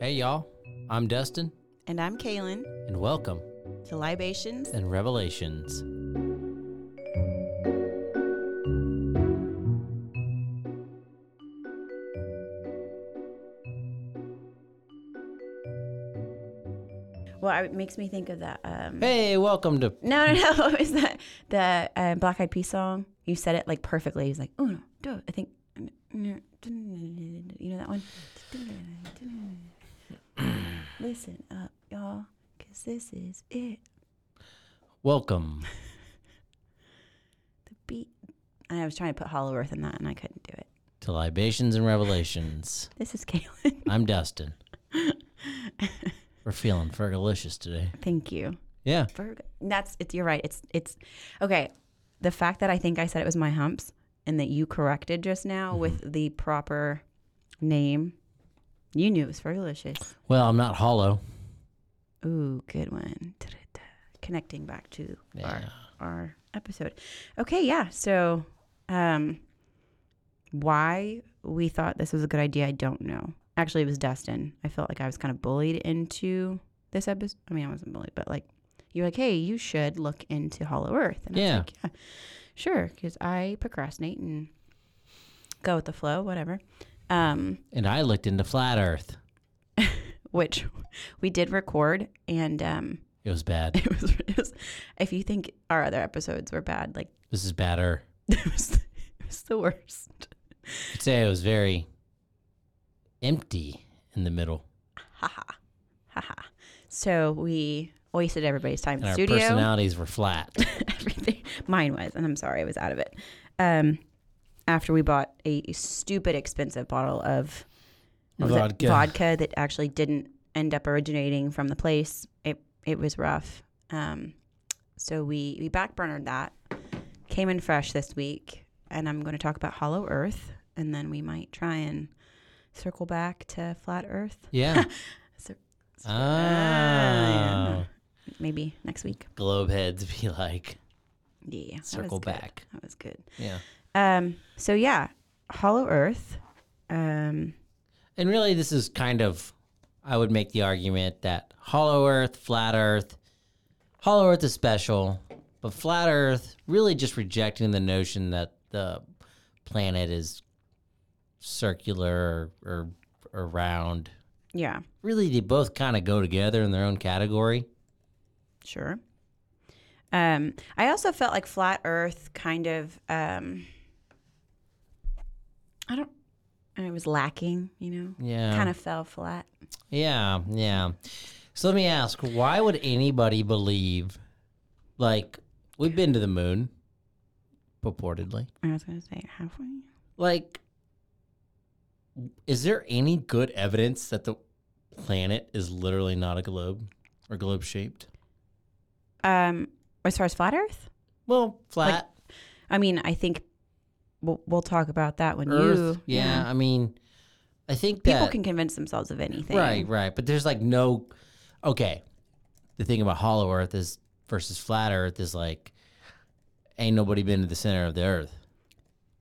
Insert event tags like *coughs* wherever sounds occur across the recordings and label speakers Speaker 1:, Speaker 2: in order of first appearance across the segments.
Speaker 1: Hey, y'all. I'm Dustin,
Speaker 2: And I'm Kaylin
Speaker 1: and welcome
Speaker 2: to Libations.
Speaker 1: in Revelations.
Speaker 2: Well, I- it makes me think of that. Um,
Speaker 1: Hey, welcome to.
Speaker 2: No, no, *laughs* no. What was that? The uh, Black Eyed Peas song. You said it like perfectly. He's like, oh, no, do I think. You know that one? Listen up, y'all, because this is it.
Speaker 1: Welcome.
Speaker 2: The beat. I was trying to put Hollow Earth in that and I couldn't do it.
Speaker 1: to Libations and Revelations.
Speaker 2: This is Kaylin. *laughs*
Speaker 1: I'm Dustin. We're feeling fergalicious today.
Speaker 2: Thank you.
Speaker 1: Yeah.
Speaker 2: Virgo. That's it's you're right. It's it's okay. The fact that I think I said it was my humps and that you corrected just now with the proper name, you knew it was Fergalicious.
Speaker 1: Well, I'm not hollow.
Speaker 2: Ooh, good one. Ta-da-da. Connecting back to our our episode. Okay, yeah. So, um, why we thought this was a good idea, I don't know. Actually, it was Dustin. I felt like I was kind of bullied into this episode. I mean, I wasn't bullied, but like you're like, hey, you should look into Hollow Earth. And
Speaker 1: Yeah.
Speaker 2: I was like, yeah, sure, because I procrastinate and go with the flow, whatever. Um,
Speaker 1: And I looked into Flat Earth.
Speaker 2: which *laughs* we did record and um
Speaker 1: It was bad.
Speaker 2: *laughs* it was, it was if you think our other episodes were bad like *laughs*
Speaker 1: This is badder.
Speaker 2: it was, it was the worst
Speaker 1: I'd say it was very empty in the middle.
Speaker 2: haha so we wasted everybody's time
Speaker 1: And
Speaker 2: in the
Speaker 1: our
Speaker 2: studio
Speaker 1: personalities were
Speaker 2: *laughs*
Speaker 1: flat.
Speaker 2: everything mine was and i'm sorry i was out of it um after we bought a stupid expensive bottle of what was
Speaker 1: Vodka.
Speaker 2: It? vodka that actually didn't end up originating from the place it it was rough um so we we backburnered that came in fresh this week, and I'm going to talk about Hollow Earth, and then we might try and circle back to Flat Earth.
Speaker 1: Yeah.
Speaker 2: So- Ah,
Speaker 1: Oh.
Speaker 2: yeah. Maybe next week.
Speaker 1: Globe heads be like,
Speaker 2: Yeah, that was
Speaker 1: circle
Speaker 2: good.
Speaker 1: back.
Speaker 2: That was good.
Speaker 1: Yeah.
Speaker 2: Um. So yeah, Hollow Earth. Um.
Speaker 1: And really, this is kind of, I would make the argument that hollow earth, flat earth, hollow earth is special, but flat earth really just rejecting the notion that the planet is circular or, or round.
Speaker 2: Yeah.
Speaker 1: Really, they both kind of go together in their own category.
Speaker 2: Sure. Um, I also felt like flat Earth kind of. Um, I don't. It was lacking, you know.
Speaker 1: Yeah.
Speaker 2: Kind of fell flat.
Speaker 1: Yeah, yeah. So let me ask, why would anybody believe, like, we've been to the moon, purportedly?
Speaker 2: I was gonna say halfway.
Speaker 1: Like, is there any good evidence that the planet is literally not a globe or globe shaped?
Speaker 2: Um, as far as flat Earth,
Speaker 1: Well, flat
Speaker 2: I mean, I think we'll, we'll talk about that when
Speaker 1: Earth.
Speaker 2: you.
Speaker 1: yeah, I mean, I think
Speaker 2: People
Speaker 1: that
Speaker 2: can convince themselves of anything.
Speaker 1: Right, right. But there's like no okay. The thing about hollow earth is versus flat earth is like ain't nobody been to the center of the earth.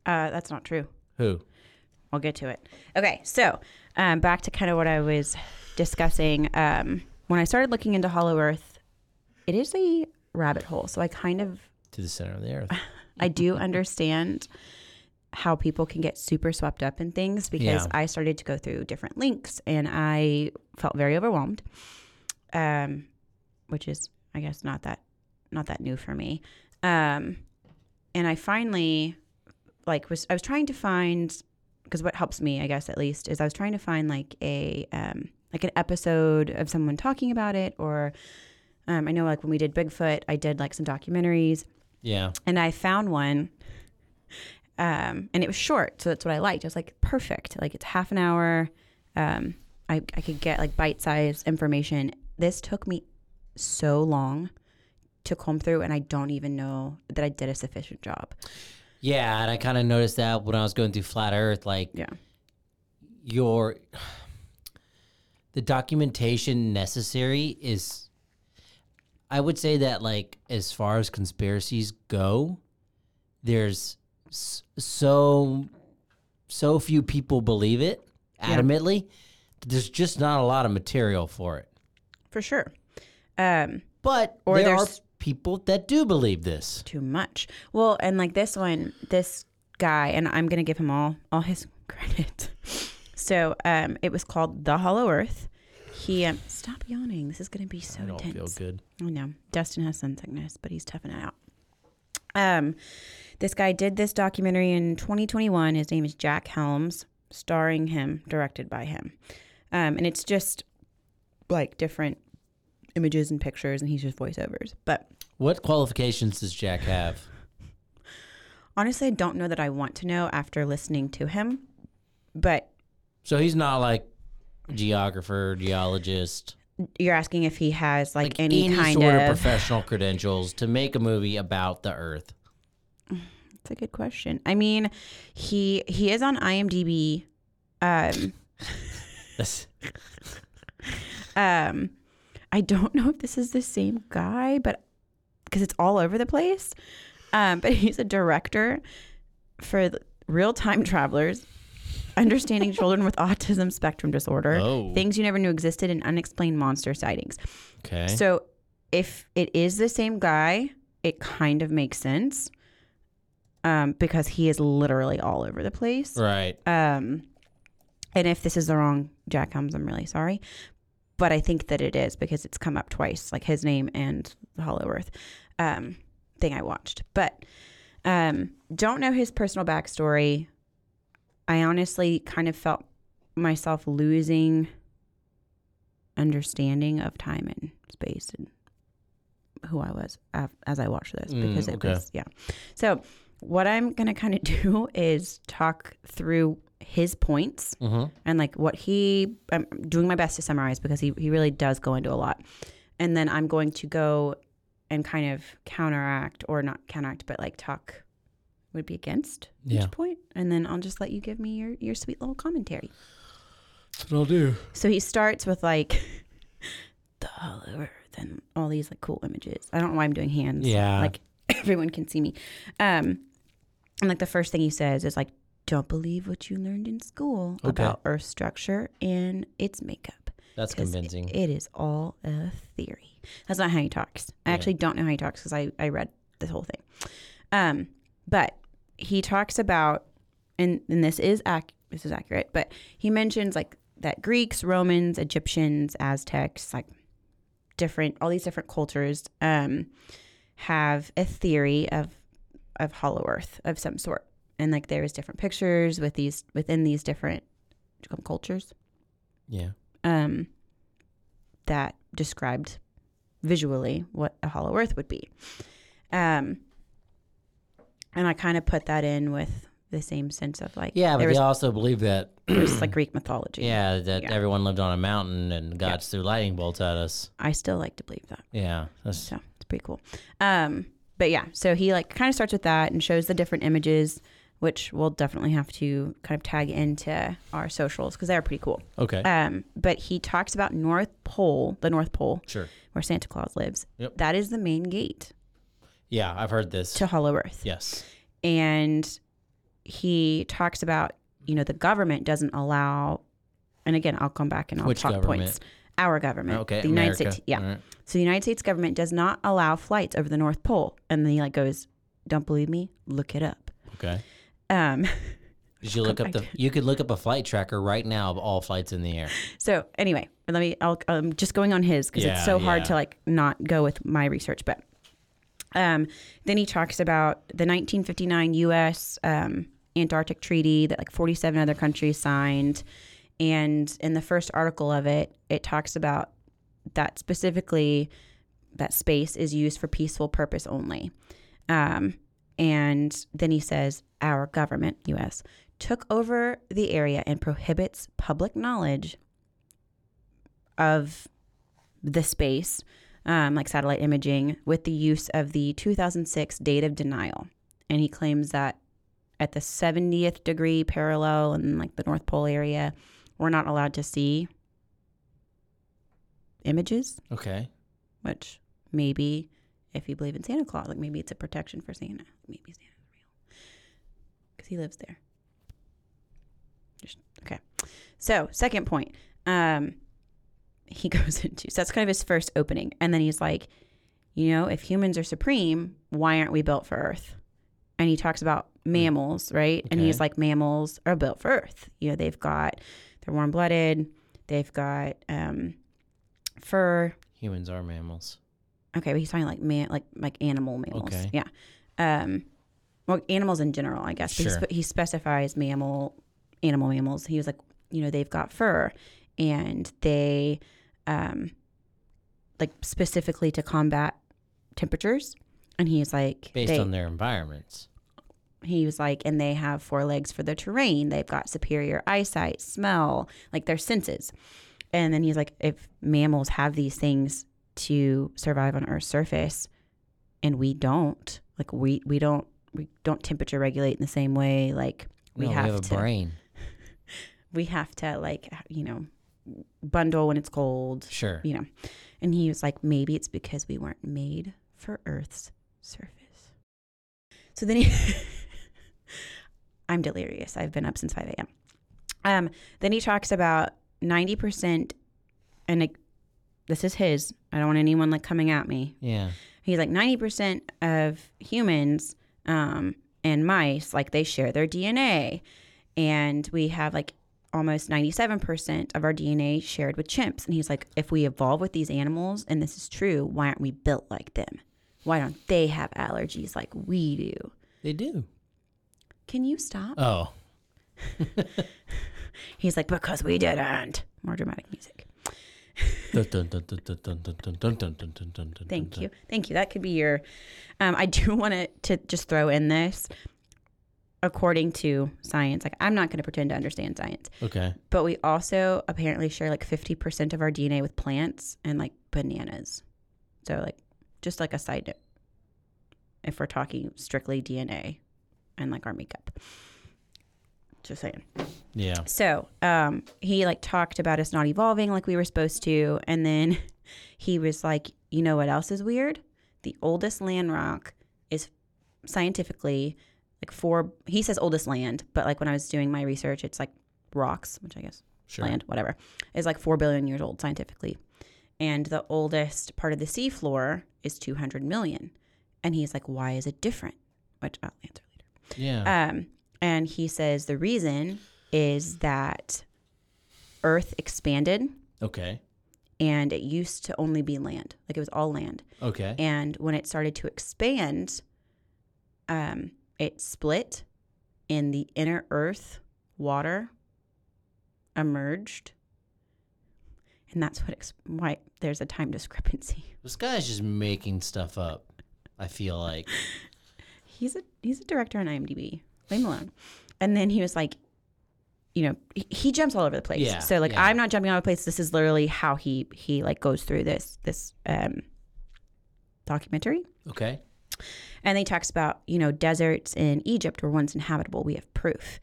Speaker 2: Uh, that's not true.
Speaker 1: Who?
Speaker 2: We'll get to it. Okay, so um, back to kind of what I was discussing. Um, when I started looking into Hollow Earth, it is a rabbit hole. So I kind of
Speaker 1: To the center of the *laughs* earth.
Speaker 2: I do understand how people can get super swept up in things because
Speaker 1: Yeah.
Speaker 2: I started to go through different links and I felt very overwhelmed. Um, which is I guess not that not that new for me. Um, and I finally like was I was trying to find because what helps me I guess at least is I was trying to find like a um like an episode of someone talking about it or um, I know like when we did Bigfoot I did like some documentaries
Speaker 1: Yeah.
Speaker 2: and I found one um, and it was short, so that's what I liked. I was like, perfect. Like it's half an hour. Um, I I could get like bite sized information. This took me so long to comb through, and I don't even know that I did a sufficient job.
Speaker 1: Yeah, and I kind of noticed that when I was going through Flat Earth, like
Speaker 2: Yeah.
Speaker 1: your *sighs* the documentation necessary is I would say that like as far as conspiracies go, there's s- so so few people believe it adamantly. that There's just not a lot of material for it.
Speaker 2: For sure. Um,
Speaker 1: But
Speaker 2: Or
Speaker 1: there are
Speaker 2: there's-
Speaker 1: people that do believe this.
Speaker 2: too much. Well, and like this one, this guy, and I'm gonna give him all all his *laughs* credit. So, um, it was called The Hollow Earth. He um, stop yawning. This is gonna be so
Speaker 1: I don't
Speaker 2: intense.
Speaker 1: feel good.
Speaker 2: I know. Dustin has sun sickness, but he's toughing it out. Um, this guy did this documentary in 2021. His name is Jack Helms, starring him, directed by him. Um, and it's just like different images and pictures, and he's just voiceovers. But
Speaker 1: What qualifications does Jack have?
Speaker 2: honestly, I don't know that I want to know after listening to him. But
Speaker 1: So he's not like geographer, geologist.
Speaker 2: you're asking if he has like,
Speaker 1: like
Speaker 2: any, kind
Speaker 1: sort
Speaker 2: of.
Speaker 1: of, professional credentials to make a movie about the Earth.
Speaker 2: That's a good question. I mean, he he is on IMDb. Um, *laughs*
Speaker 1: That's-
Speaker 2: Um, I don't *laughs* know if this is the same guy, but because it's all over the place. Um, but *laughs* he's a director for Real Time Travelers, Understanding Children with *laughs* Autism Spectrum Disorder,
Speaker 1: Oh.
Speaker 2: Things You Never Knew Existed, and Unexplained Monster Sightings.
Speaker 1: okay.
Speaker 2: So if it is the same guy, it kind of makes sense um, because he is literally all over the place.
Speaker 1: right.
Speaker 2: Um, and if this is the wrong Jack Helms, I'm really sorry. But I think that it is because it's come up twice, like his name and the Hollow Earth um, thing I watched. But um, don't know his personal backstory. I honestly kind of felt myself losing understanding of time and space and who I was af- as I watched this
Speaker 1: Mm,
Speaker 2: because it
Speaker 1: okay.
Speaker 2: was, yeah. So, what I'm going to kind of *laughs* do is talk through his points
Speaker 1: hmm
Speaker 2: and like what he i'm doing my best to summarize because he, he really does go into a lot and then i'm going to go and kind of counteract or not counteract but like talk would be against
Speaker 1: Yeah.
Speaker 2: each point and then i'll just let you give me your, your sweet little commentary
Speaker 1: That's what I'll do.
Speaker 2: so he starts with like *laughs* the hollow earth and all these like cool images i don't know why i'm doing hands
Speaker 1: Yeah.
Speaker 2: like *laughs* everyone can see me um and like the first thing he says is like don't believe what you learned in school
Speaker 1: Okay.
Speaker 2: about earth structure and its makeup
Speaker 1: That's
Speaker 2: 'Cause
Speaker 1: convincing.
Speaker 2: it is all a theory that's not how he talks i
Speaker 1: Yeah.
Speaker 2: actually don't know how he talks because I, I read this whole thing um but he talks about and and this is ac- this is accurate but he mentions like that greeks romans egyptians aztecs like different all these different cultures um have a theory of of hollow earth of some sort and like there is different pictures with these within these different um, cultures
Speaker 1: yeah.
Speaker 2: um, that described visually what a hollow earth would be. Um, and I kind of put that in with the same sense of like,
Speaker 1: Yeah, but
Speaker 2: there
Speaker 1: they
Speaker 2: was,
Speaker 1: also believe
Speaker 2: *coughs*
Speaker 1: that.
Speaker 2: *clears throat* there was, like Greek mythology.
Speaker 1: Yeah, that
Speaker 2: Yeah.
Speaker 1: everyone lived on a mountain and gods threw lightning bolts at us.
Speaker 2: I still like to believe that.
Speaker 1: Yeah. That's,
Speaker 2: So it's pretty cool. Um, but yeah, so he like kind of starts with that and shows the different images, which we'll definitely have to kind of tag into our socials because they're pretty cool.
Speaker 1: okay.
Speaker 2: Um, but he talks about North Pole, the North Pole,
Speaker 1: sure.
Speaker 2: where Santa Claus lives.
Speaker 1: Yep.
Speaker 2: That is the main gate
Speaker 1: Yeah, I've heard this.
Speaker 2: to Hollow Earth.
Speaker 1: yes.
Speaker 2: And he talks about, you know, the government doesn't allow, and again, I'll come back and I'll
Speaker 1: Which
Speaker 2: talk
Speaker 1: government?
Speaker 2: points. Our government,
Speaker 1: Okay.
Speaker 2: uh, the United
Speaker 1: America.
Speaker 2: States, yeah.
Speaker 1: All right.
Speaker 2: So the United States government does not allow flights over the North Pole. And then he like goes, "Don't believe me? Look it up."
Speaker 1: Okay.
Speaker 2: Um,
Speaker 1: Did you look up the? You could look up a flight tracker right now of all flights in the air.
Speaker 2: So anyway, let me. I'll, I'm just going on his because
Speaker 1: Yeah,
Speaker 2: it's so hard
Speaker 1: yeah.
Speaker 2: to like not go with my research. But um, then he talks about the 1959 U.S. Um, Antarctic Treaty that like 47 other countries signed, and in the first article of it, it talks about that specifically that space is used for peaceful purpose only. Um, And then he says, Our government, US, took over the area and prohibits public knowledge of the space, um, like satellite imaging, with the use of the 2006 date of denial. And he claims that at the 70th degree parallel in like the North Pole area, we're not allowed to see images,
Speaker 1: Okay.
Speaker 2: which maybe if you believe in Santa Claus, like maybe it's a protection for Santa. Maybe Santa's real because he lives there. Just- okay. So, second point. Um, he *laughs* goes into so that's kind of his first opening, and then he's like, you know, if humans are supreme, why aren't we built for Earth? And he talks about mammals, right? And he's
Speaker 1: Okay.
Speaker 2: like, mammals are built for Earth. You know, they've got they're warm blooded, they've got um, fur,
Speaker 1: Humans are mammals.
Speaker 2: Okay, but he's talking like man, like like animal mammals.
Speaker 1: Okay.
Speaker 2: Yeah. Um, well, animals in general, I guess. But he,
Speaker 1: Sure.
Speaker 2: spe- he specifies mammal, animal mammals. He was like, you know, they've got fur, and they, um, like specifically to combat temperatures. And he's like,
Speaker 1: Based
Speaker 2: they,
Speaker 1: on their environments.
Speaker 2: he was like, and they have four legs for the terrain. They've got superior eyesight, smell, like their senses. And then he's like, if mammals have these things to survive on Earth's surface, and we don't, like we we don't we don't temperature regulate in the same way. Like we
Speaker 1: no,
Speaker 2: have,
Speaker 1: we have
Speaker 2: to
Speaker 1: a brain.
Speaker 2: we have to like you know bundle when it's cold,
Speaker 1: Sure.
Speaker 2: you know. And he was like, maybe it's because we weren't made for Earth's surface. So then he, *laughs* I'm delirious. I've been up since 5 a.m. Um, then he talks about 90%, and like, this is his. I don't want anyone like coming at me.
Speaker 1: Yeah.
Speaker 2: He's like 90% of humans um, and mice, like they share their DNA. And we have like almost 97% of our DNA shared with chimps. And he's like, if we evolve with these animals and this is true, why aren't we built like them? Why don't they have allergies like we do?
Speaker 1: They do.
Speaker 2: Can you stop?
Speaker 1: Oh.
Speaker 2: He's like, because we didn't. More dramatic music. Thank
Speaker 1: Thank
Speaker 2: you. Thank you. That could be your. Um, I *laughs* do want to to just throw in this. According to science, like I'm not going to pretend to understand science,
Speaker 1: Okay.
Speaker 2: but we also apparently share like 50% of our DNA with plants and like bananas. So like just like a side note, if we're talking strictly DNA and like our makeup. Just saying.
Speaker 1: Yeah.
Speaker 2: So um, he like talked about us not evolving like we were supposed to, and then *laughs* he was like, "You know what else is weird? The oldest land rock is scientifically like four. He says oldest land, but like when I was doing my research, it's like rocks, which I guess
Speaker 1: Sure.
Speaker 2: land, whatever, is like four billion years old scientifically, and the oldest part of the seafloor is two hundred million. And he's like, "Why is it different?" Which I'll answer later.
Speaker 1: Yeah.
Speaker 2: Um, and he says the reason is that Earth expanded
Speaker 1: okay.
Speaker 2: and it used to only be land, like it was all land.
Speaker 1: Okay.
Speaker 2: And when it started to expand, um, it split and the inner Earth water emerged. And that's what ex- why there's a time discrepancy. *laughs*
Speaker 1: this guy's just making stuff up. I feel like.
Speaker 2: he's a he's a director on IMDb. Leave him alone. And then he was like, you know, he, he jumps all over the place.
Speaker 1: Yeah,
Speaker 2: so like,
Speaker 1: yeah.
Speaker 2: I'm not jumping all over the place. This is literally how he he like goes through this this um, documentary.
Speaker 1: Okay.
Speaker 2: And then he talks about you know deserts in Egypt were once inhabitable. We have proof.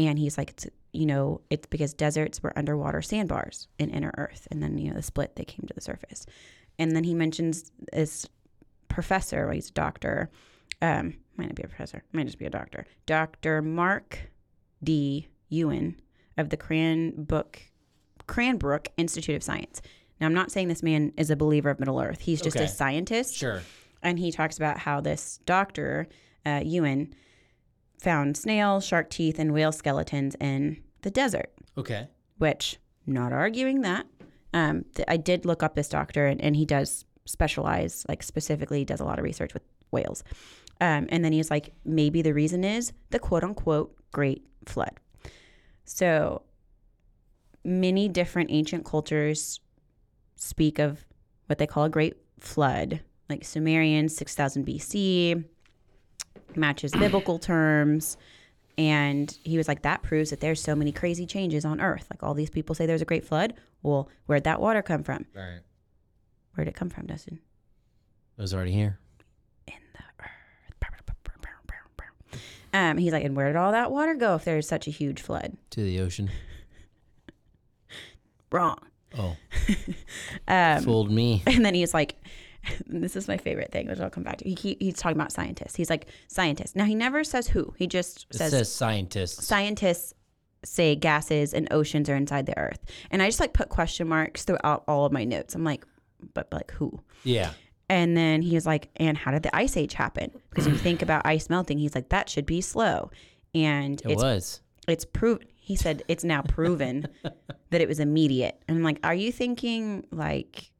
Speaker 2: And he's like, it's, you know, it's because deserts were underwater sandbars in inner Earth, and then you know the split they came to the surface. And then he mentions this professor, well, he's a doctor, um, might not be a professor, might just be a doctor, Dr. Mark D. Ewan of the Cranbrook, Cranbrook Institute of Science. Now, I'm not saying this man is a believer of Middle Earth. He's just
Speaker 1: Okay.
Speaker 2: a scientist.
Speaker 1: Sure.
Speaker 2: And he talks about how this doctor, uh, Ewan, found snails, shark teeth, and whale skeletons in the desert
Speaker 1: Okay.
Speaker 2: which not arguing that um, th- i did look up this doctor and, and he does specialize like specifically does a lot of research with whales um, and then he's like maybe the reason is the quote unquote great flood so many different ancient cultures speak of what they call a great flood like sumerians 6000 bc matches biblical terms. And he was like, that proves that there's so many crazy changes on Earth. Like all these people say there's a great flood. Well, where'd that water come from?
Speaker 1: Right.
Speaker 2: Where'd it come from, Dustin?
Speaker 1: It was already here.
Speaker 2: In the earth. Um, he's like, and where did all that water go if there's such a huge flood?
Speaker 1: To the ocean.
Speaker 2: Wrong.
Speaker 1: Oh.
Speaker 2: Um,
Speaker 1: Fooled me.
Speaker 2: *laughs* And then he's like, *laughs* this is my favorite thing, which I'll come back to. He, he he's talking about scientists. He's like scientists. Now he never says who. He just
Speaker 1: It
Speaker 2: says,
Speaker 1: says scientists.
Speaker 2: scientists say gases and oceans are inside the earth. And I just like put question marks throughout all of my notes. I'm like, but, but like who?
Speaker 1: yeah.
Speaker 2: And then he was like, and how did the ice age happen? Because if you think about ice melting, he's like, that should be slow. And
Speaker 1: It
Speaker 2: it's
Speaker 1: was.
Speaker 2: it's proven he said it's
Speaker 1: *laughs*
Speaker 2: now proven that it was immediate and i'm like are you thinking like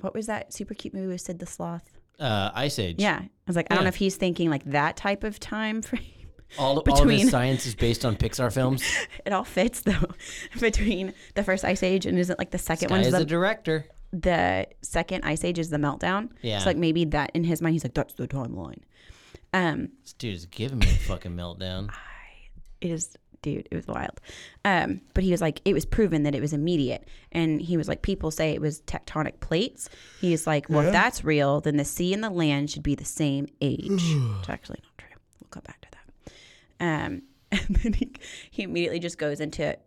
Speaker 2: what was that super cute movie with sid the sloth
Speaker 1: Uh, Ice Age.
Speaker 2: yeah i was like i don't
Speaker 1: Yeah.
Speaker 2: know if he's thinking like that type of time *laughs* frame
Speaker 1: All, all of
Speaker 2: Between-
Speaker 1: his science is based on Pixar films.
Speaker 2: *laughs* it all fits though between the first ice age and isn't like the second
Speaker 1: Guy
Speaker 2: one's
Speaker 1: is
Speaker 2: the,
Speaker 1: the director.
Speaker 2: the second ice age is the meltdown
Speaker 1: Yeah.
Speaker 2: so like maybe that in his mind he's like that's the timeline um
Speaker 1: This dude is giving me a fucking meltdown.
Speaker 2: it is dude it was wild um, but he was like it was proven that it was immediate and he was like people say it was tectonic plates he's like well if that's real then the sea and the land should be the same age it's actually not true we'll come back to that um, *laughs* and then he, he immediately just goes into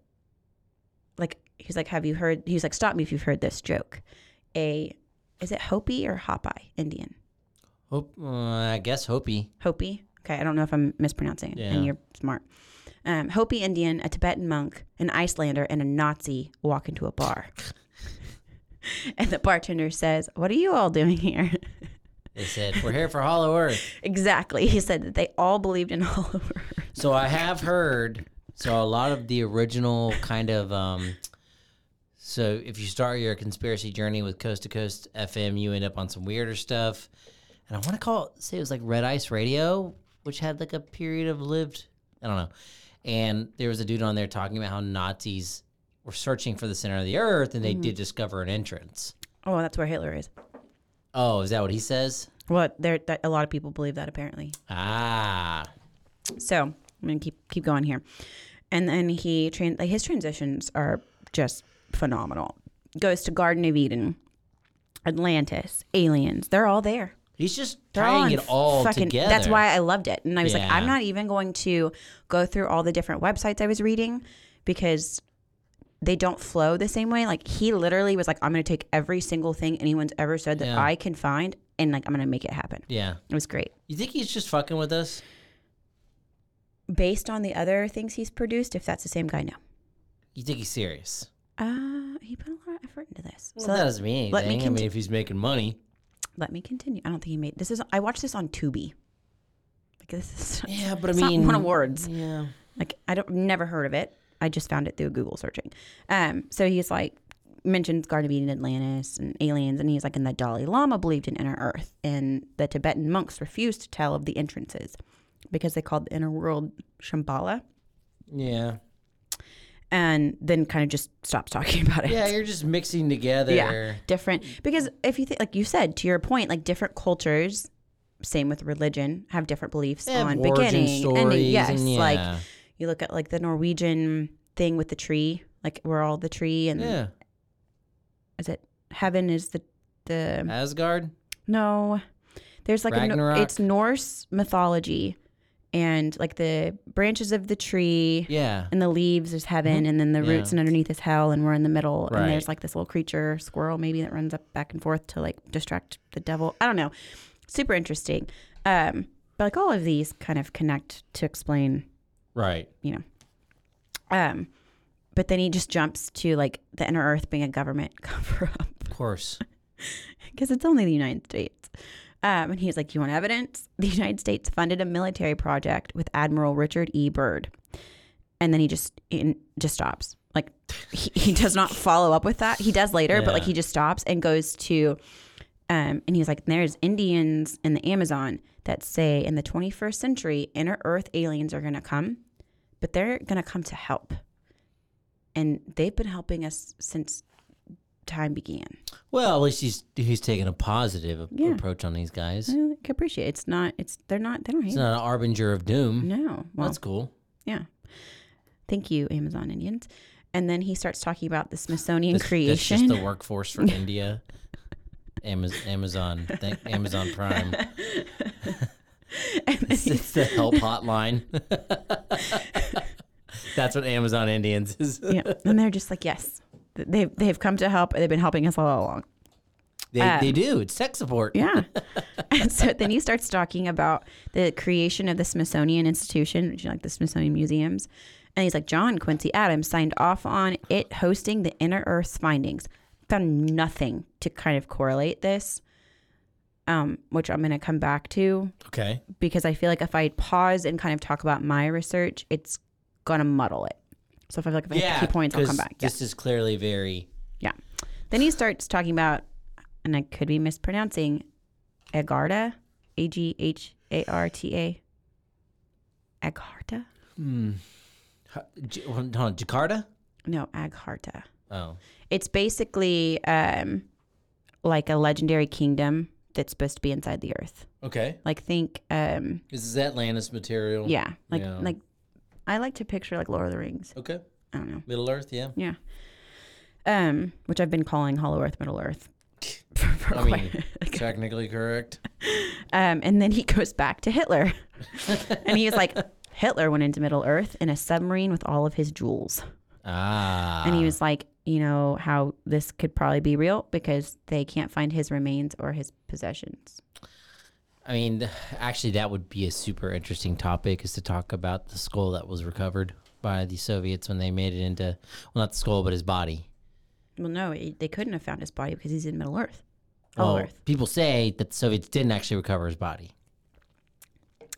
Speaker 2: like he's like have you heard he's like stop me if you've heard this joke a is it hopi or hopi indian
Speaker 1: Hope, uh, I guess Hopi.
Speaker 2: Hopi. Okay, I don't know if I'm mispronouncing it,
Speaker 1: Yeah.
Speaker 2: and you're smart. Um, Hopi Indian, a Tibetan monk, an Icelander, and a Nazi walk into a bar. *laughs* and the bartender says, What are you all doing here? *laughs*
Speaker 1: They said, we're here for Hollow Earth.
Speaker 2: exactly. He said that they all believed in *laughs* all over.
Speaker 1: So I have heard. So a lot of the original kind of. Um, so if you start your conspiracy journey with Coast to Coast FM, you end up on some weirder stuff. And I want to call it, say it was like Red Ice Radio, which had like a period of lived. I don't know. And there was a dude on there talking about how Nazis were searching for the center of the earth, and they did discover an entrance.
Speaker 2: Oh, that's where Hitler is.
Speaker 1: Oh, is that what he says?
Speaker 2: Well, there that, a lot of people believe that apparently.
Speaker 1: Ah,
Speaker 2: So I'm gonna keep keep going here, and then he tran like his transitions are just phenomenal. Goes to Garden of Eden, Atlantis, aliens. They're all there.
Speaker 1: he's just
Speaker 2: They're all
Speaker 1: tying
Speaker 2: on
Speaker 1: it all
Speaker 2: fucking-
Speaker 1: together.
Speaker 2: That's why I loved it, and I was like,
Speaker 1: Yeah.
Speaker 2: I'm not even going to go through all the different websites I was reading because they don't flow the same way. Like he literally was like, I'm gonna take every single thing anyone's ever said that
Speaker 1: Yeah.
Speaker 2: I can find, and like I'm gonna make it happen.
Speaker 1: Yeah,
Speaker 2: It was great.
Speaker 1: you think he's just fucking with us?
Speaker 2: Based on the other things he's produced, if that's the same guy, no.
Speaker 1: You think he's serious?
Speaker 2: Uh, he put a lot of effort into this.
Speaker 1: Well,
Speaker 2: so
Speaker 1: that
Speaker 2: let,
Speaker 1: doesn't mean anything.
Speaker 2: let me
Speaker 1: I mean,
Speaker 2: conti-
Speaker 1: if he's making money,
Speaker 2: let me continue. I don't think he made this. Is I watched this on Tubi. Like this is
Speaker 1: yeah, but I
Speaker 2: it's not
Speaker 1: mean,
Speaker 2: one of words.
Speaker 1: Yeah,
Speaker 2: Like I don't never heard of it. I just found it through Google searching. Um, so he's like mentions Garden of Eden, Atlantis, and aliens, and he's like, and the Dalai Lama believed in inner Earth, and the Tibetan monks refused to tell of the entrances because they called the inner world Shambhala, *laughs*
Speaker 1: yeah,
Speaker 2: and then kind of just stops talking *laughs* about it.
Speaker 1: yeah. You're just mixing together.
Speaker 2: Yeah, different. Because if you think, like you said, to your point, like different cultures, same with religion, have different beliefs
Speaker 1: They have
Speaker 2: on
Speaker 1: origin
Speaker 2: beginning, ending.
Speaker 1: stories
Speaker 2: Yes,
Speaker 1: and yeah.
Speaker 2: like you look at like the Norwegian thing with the tree, like we're all the tree, and
Speaker 1: yeah,
Speaker 2: is it heaven is the the
Speaker 1: Asgard.
Speaker 2: no? There's like a, Nor-
Speaker 1: Ragnarok?
Speaker 2: it's Norse mythology, and like the branches of the tree.
Speaker 1: Yeah,
Speaker 2: And the leaves is heaven, and then the
Speaker 1: Mm-hmm. Yeah.
Speaker 2: roots and underneath is hell, and we're in the middle.
Speaker 1: Right.
Speaker 2: And there's like this little creature, squirrel maybe, that runs up back and forth to like distract the devil. I don't know. Super interesting. Um, but like all of these kind of connect to explain,
Speaker 1: right.
Speaker 2: you know. Um, but then he just jumps to like the inner earth being a government *laughs* cover up
Speaker 1: Of course.
Speaker 2: *laughs* because it's only the United States. Um, and he's like, You want evidence? *laughs* The United States funded a military project with Admiral Richard E. Byrd. And then he just in, just stops. Like, *laughs* he, he does not follow up with that. He does later, but like,
Speaker 1: Yeah.
Speaker 2: he just stops and goes to, um, and he's like, There's Indians in the Amazon that say in the 21st century, inner earth aliens are going to come, but they're going to come to help. And they've been helping us since time began.
Speaker 1: Well, at least he's he's taking a positive a-
Speaker 2: Yeah.
Speaker 1: approach on these guys.
Speaker 2: Well, Capriccia. It's not. It's they're not. They don't hate.
Speaker 1: It's
Speaker 2: it.
Speaker 1: not an arbinger of doom.
Speaker 2: No. Well,
Speaker 1: That's cool.
Speaker 2: yeah. Thank you, Amazon Indians. And then he starts talking about the Smithsonian
Speaker 1: That's-
Speaker 2: creation.
Speaker 1: That's just the workforce for India. Amaz- Amazon, thank Amazon
Speaker 2: *laughs*
Speaker 1: Prime. it's, it's the help hotline. *laughs* That's what Amazon Indians is.
Speaker 2: yeah. And they're just like, yes, Th- they've they've come to help. They've been helping us all along.
Speaker 1: They, they do. It's tech support.
Speaker 2: Um, Yeah. and so then he starts talking about the creation of the Smithsonian Institution, which is like the Smithsonian Museums. And he's like, John Quincy Adams signed off on it hosting the inner Earth's findings. Found nothing to kind of correlate this, um, which I'm going to come back to
Speaker 1: Okay.
Speaker 2: because I feel like if I pause and kind of talk about my research, it's going to muddle it. So if I feel like if I
Speaker 1: Yeah.
Speaker 2: have key points, I'll come
Speaker 1: 'cause
Speaker 2: back. Yeah.
Speaker 1: This is clearly very.
Speaker 2: Yeah. Then he starts talking about, and I could be mispronouncing, Agarta, A G H A R T A. Agarta?
Speaker 1: J- hold on, Jakarta?
Speaker 2: No, Agharta.
Speaker 1: Oh.
Speaker 2: It's basically um, like a legendary kingdom that's supposed to be inside the earth.
Speaker 1: Okay.
Speaker 2: Like think, um,
Speaker 1: This is Atlantis material.
Speaker 2: yeah, like
Speaker 1: Yeah.
Speaker 2: like I like to picture like Lord of the Rings.
Speaker 1: Okay.
Speaker 2: I don't know.
Speaker 1: Middle Earth,
Speaker 2: *laughs*
Speaker 1: yeah.
Speaker 2: Yeah. Um, which I've been calling Hollow Earth, Middle Earth. For, for *laughs*
Speaker 1: I
Speaker 2: quite-
Speaker 1: mean, technically correct.
Speaker 2: Um, and then he *laughs* goes back to Hitler. and he's *laughs* like, Hitler went into Middle Earth in a submarine with all of his jewels.
Speaker 1: Ah.
Speaker 2: And he was like, you know, how this could probably be real because they can't find his remains or his possessions.
Speaker 1: I mean, actually, that would be a super interesting topic is to talk about the skull that was recovered by the Soviets when they made it into, well, not the skull, but his body.
Speaker 2: Well, no, it- they couldn't have found his body because he's in Middle Earth. Hollow
Speaker 1: Well,
Speaker 2: Oh, Earth.
Speaker 1: people say that the Soviets didn't actually recover his body.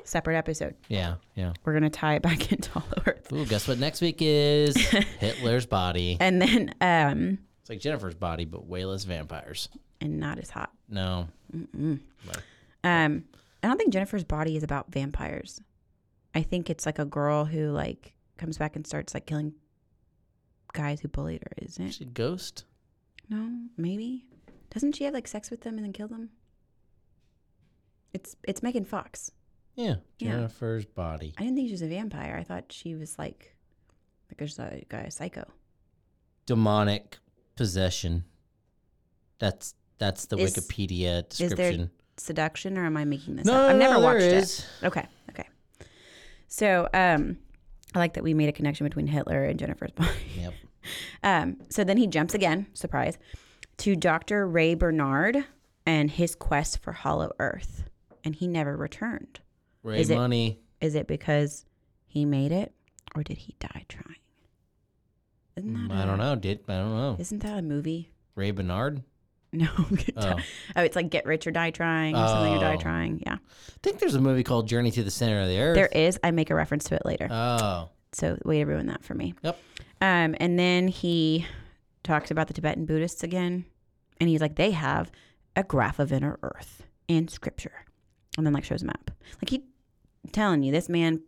Speaker 2: Separate episode.
Speaker 1: Yeah, yeah.
Speaker 2: We're going to tie it back *laughs* into Hollow Earth.
Speaker 1: Ooh, guess what next week
Speaker 2: *laughs*
Speaker 1: is? Hitler's body.
Speaker 2: And then, um,
Speaker 1: It's like Jennifer's body, but way less vampires.
Speaker 2: and not as hot.
Speaker 1: No.
Speaker 2: Mm. Um, I don't think Jennifer's body is about vampires. I think it's like a girl who like comes back and starts like killing guys who bullied her, isn't
Speaker 1: Is
Speaker 2: it?
Speaker 1: she a ghost?
Speaker 2: No, maybe. Doesn't she have like sex with them and then kill them? It's it's Megan Fox.
Speaker 1: Yeah.
Speaker 2: Yeah.
Speaker 1: Jennifer's body.
Speaker 2: I didn't think she was a vampire. I thought she was like like there's a guy a psycho.
Speaker 1: Demonic possession. That's that's the
Speaker 2: Is-
Speaker 1: Wikipedia
Speaker 2: Is there
Speaker 1: description.
Speaker 2: seduction or am I making this
Speaker 1: No,
Speaker 2: up? I've
Speaker 1: no,
Speaker 2: never
Speaker 1: no, there
Speaker 2: watched
Speaker 1: is.
Speaker 2: it. Okay. Okay. So um I like that we made a connection between Hitler and Jennifer's *laughs* body.
Speaker 1: Yep.
Speaker 2: Um, so then he jumps again, surprise, to Dr. Ray Bernard and his quest for Hollow Earth. And he never returned.
Speaker 1: Ray
Speaker 2: Is it-
Speaker 1: Money.
Speaker 2: Is it because he made it or did he die trying? Isn't that
Speaker 1: Mm, I
Speaker 2: a-
Speaker 1: don't know, dude. I don't know.
Speaker 2: Isn't that a movie? *laughs*
Speaker 1: Ray Bernard.
Speaker 2: No. oh. it's like Get Rich or Die Trying or something or Die
Speaker 1: Oh.
Speaker 2: Trying. Yeah.
Speaker 1: I think there's a movie called Journey to the Center of the Earth.
Speaker 2: There is. I make a reference to it later.
Speaker 1: Oh,
Speaker 2: So way to ruin that for me.
Speaker 1: Yep.
Speaker 2: Um, and then he talks about the Tibetan Buddhists again, and he's like, they have a graph of inner Earth in Scripture, and then like shows a map. Like he, I'm telling you, this man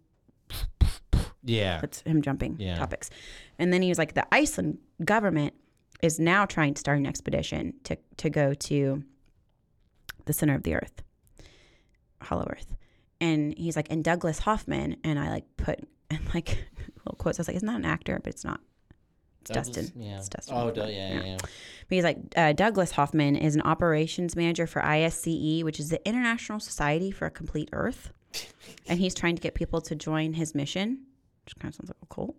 Speaker 1: yeah.
Speaker 2: that's him jumping
Speaker 1: Yeah.
Speaker 2: topics. And then he was like, the Iceland government is now trying to start an expedition to to go to the center of the earth, Hollow Earth. And he's like, and Douglas Hoffman, and I like put *laughs* and like little quotes. I was like, isn't that an actor? But it's not. It's Dustin.
Speaker 1: Yeah.
Speaker 2: It's Dustin.
Speaker 1: oh,
Speaker 2: Hoffman.
Speaker 1: du- yeah, yeah, yeah.
Speaker 2: But he's like, uh, Douglas Hoffman is an operations manager for ISCE, E, which is the International Society for a Complete Earth. and he's trying to get people to join his mission, which kind of sounds like a cult.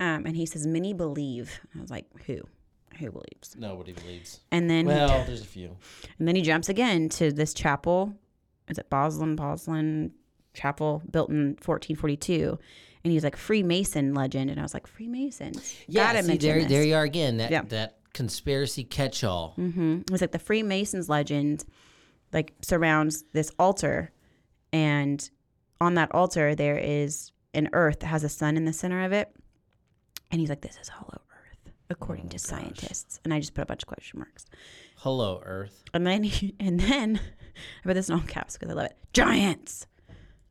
Speaker 2: Um, and he says, many believe. And I was like, who? Who believes?
Speaker 1: Nobody believes.
Speaker 2: And then, he-
Speaker 1: Well, there's a few.
Speaker 2: and then he jumps again to this chapel. Is it Boslin? Boslin Chapel, built in 1442. And he's like, Freemason legend. And I was like, Freemasons.
Speaker 1: Yeah,
Speaker 2: Gotta
Speaker 1: see,
Speaker 2: mention
Speaker 1: there,
Speaker 2: this.
Speaker 1: there you are again. That
Speaker 2: Yeah.
Speaker 1: that conspiracy catch-all.
Speaker 2: hmm It was like the Freemasons legend, like surrounds this altar, and on that altar there is an earth that has a sun in the center of it, and he's like, "This is hollow earth," according to scientists. And I just put a bunch of question marks,
Speaker 1: Hello, Earth.
Speaker 2: and then he, *laughs* and then I put this in all caps because I love it. Giants.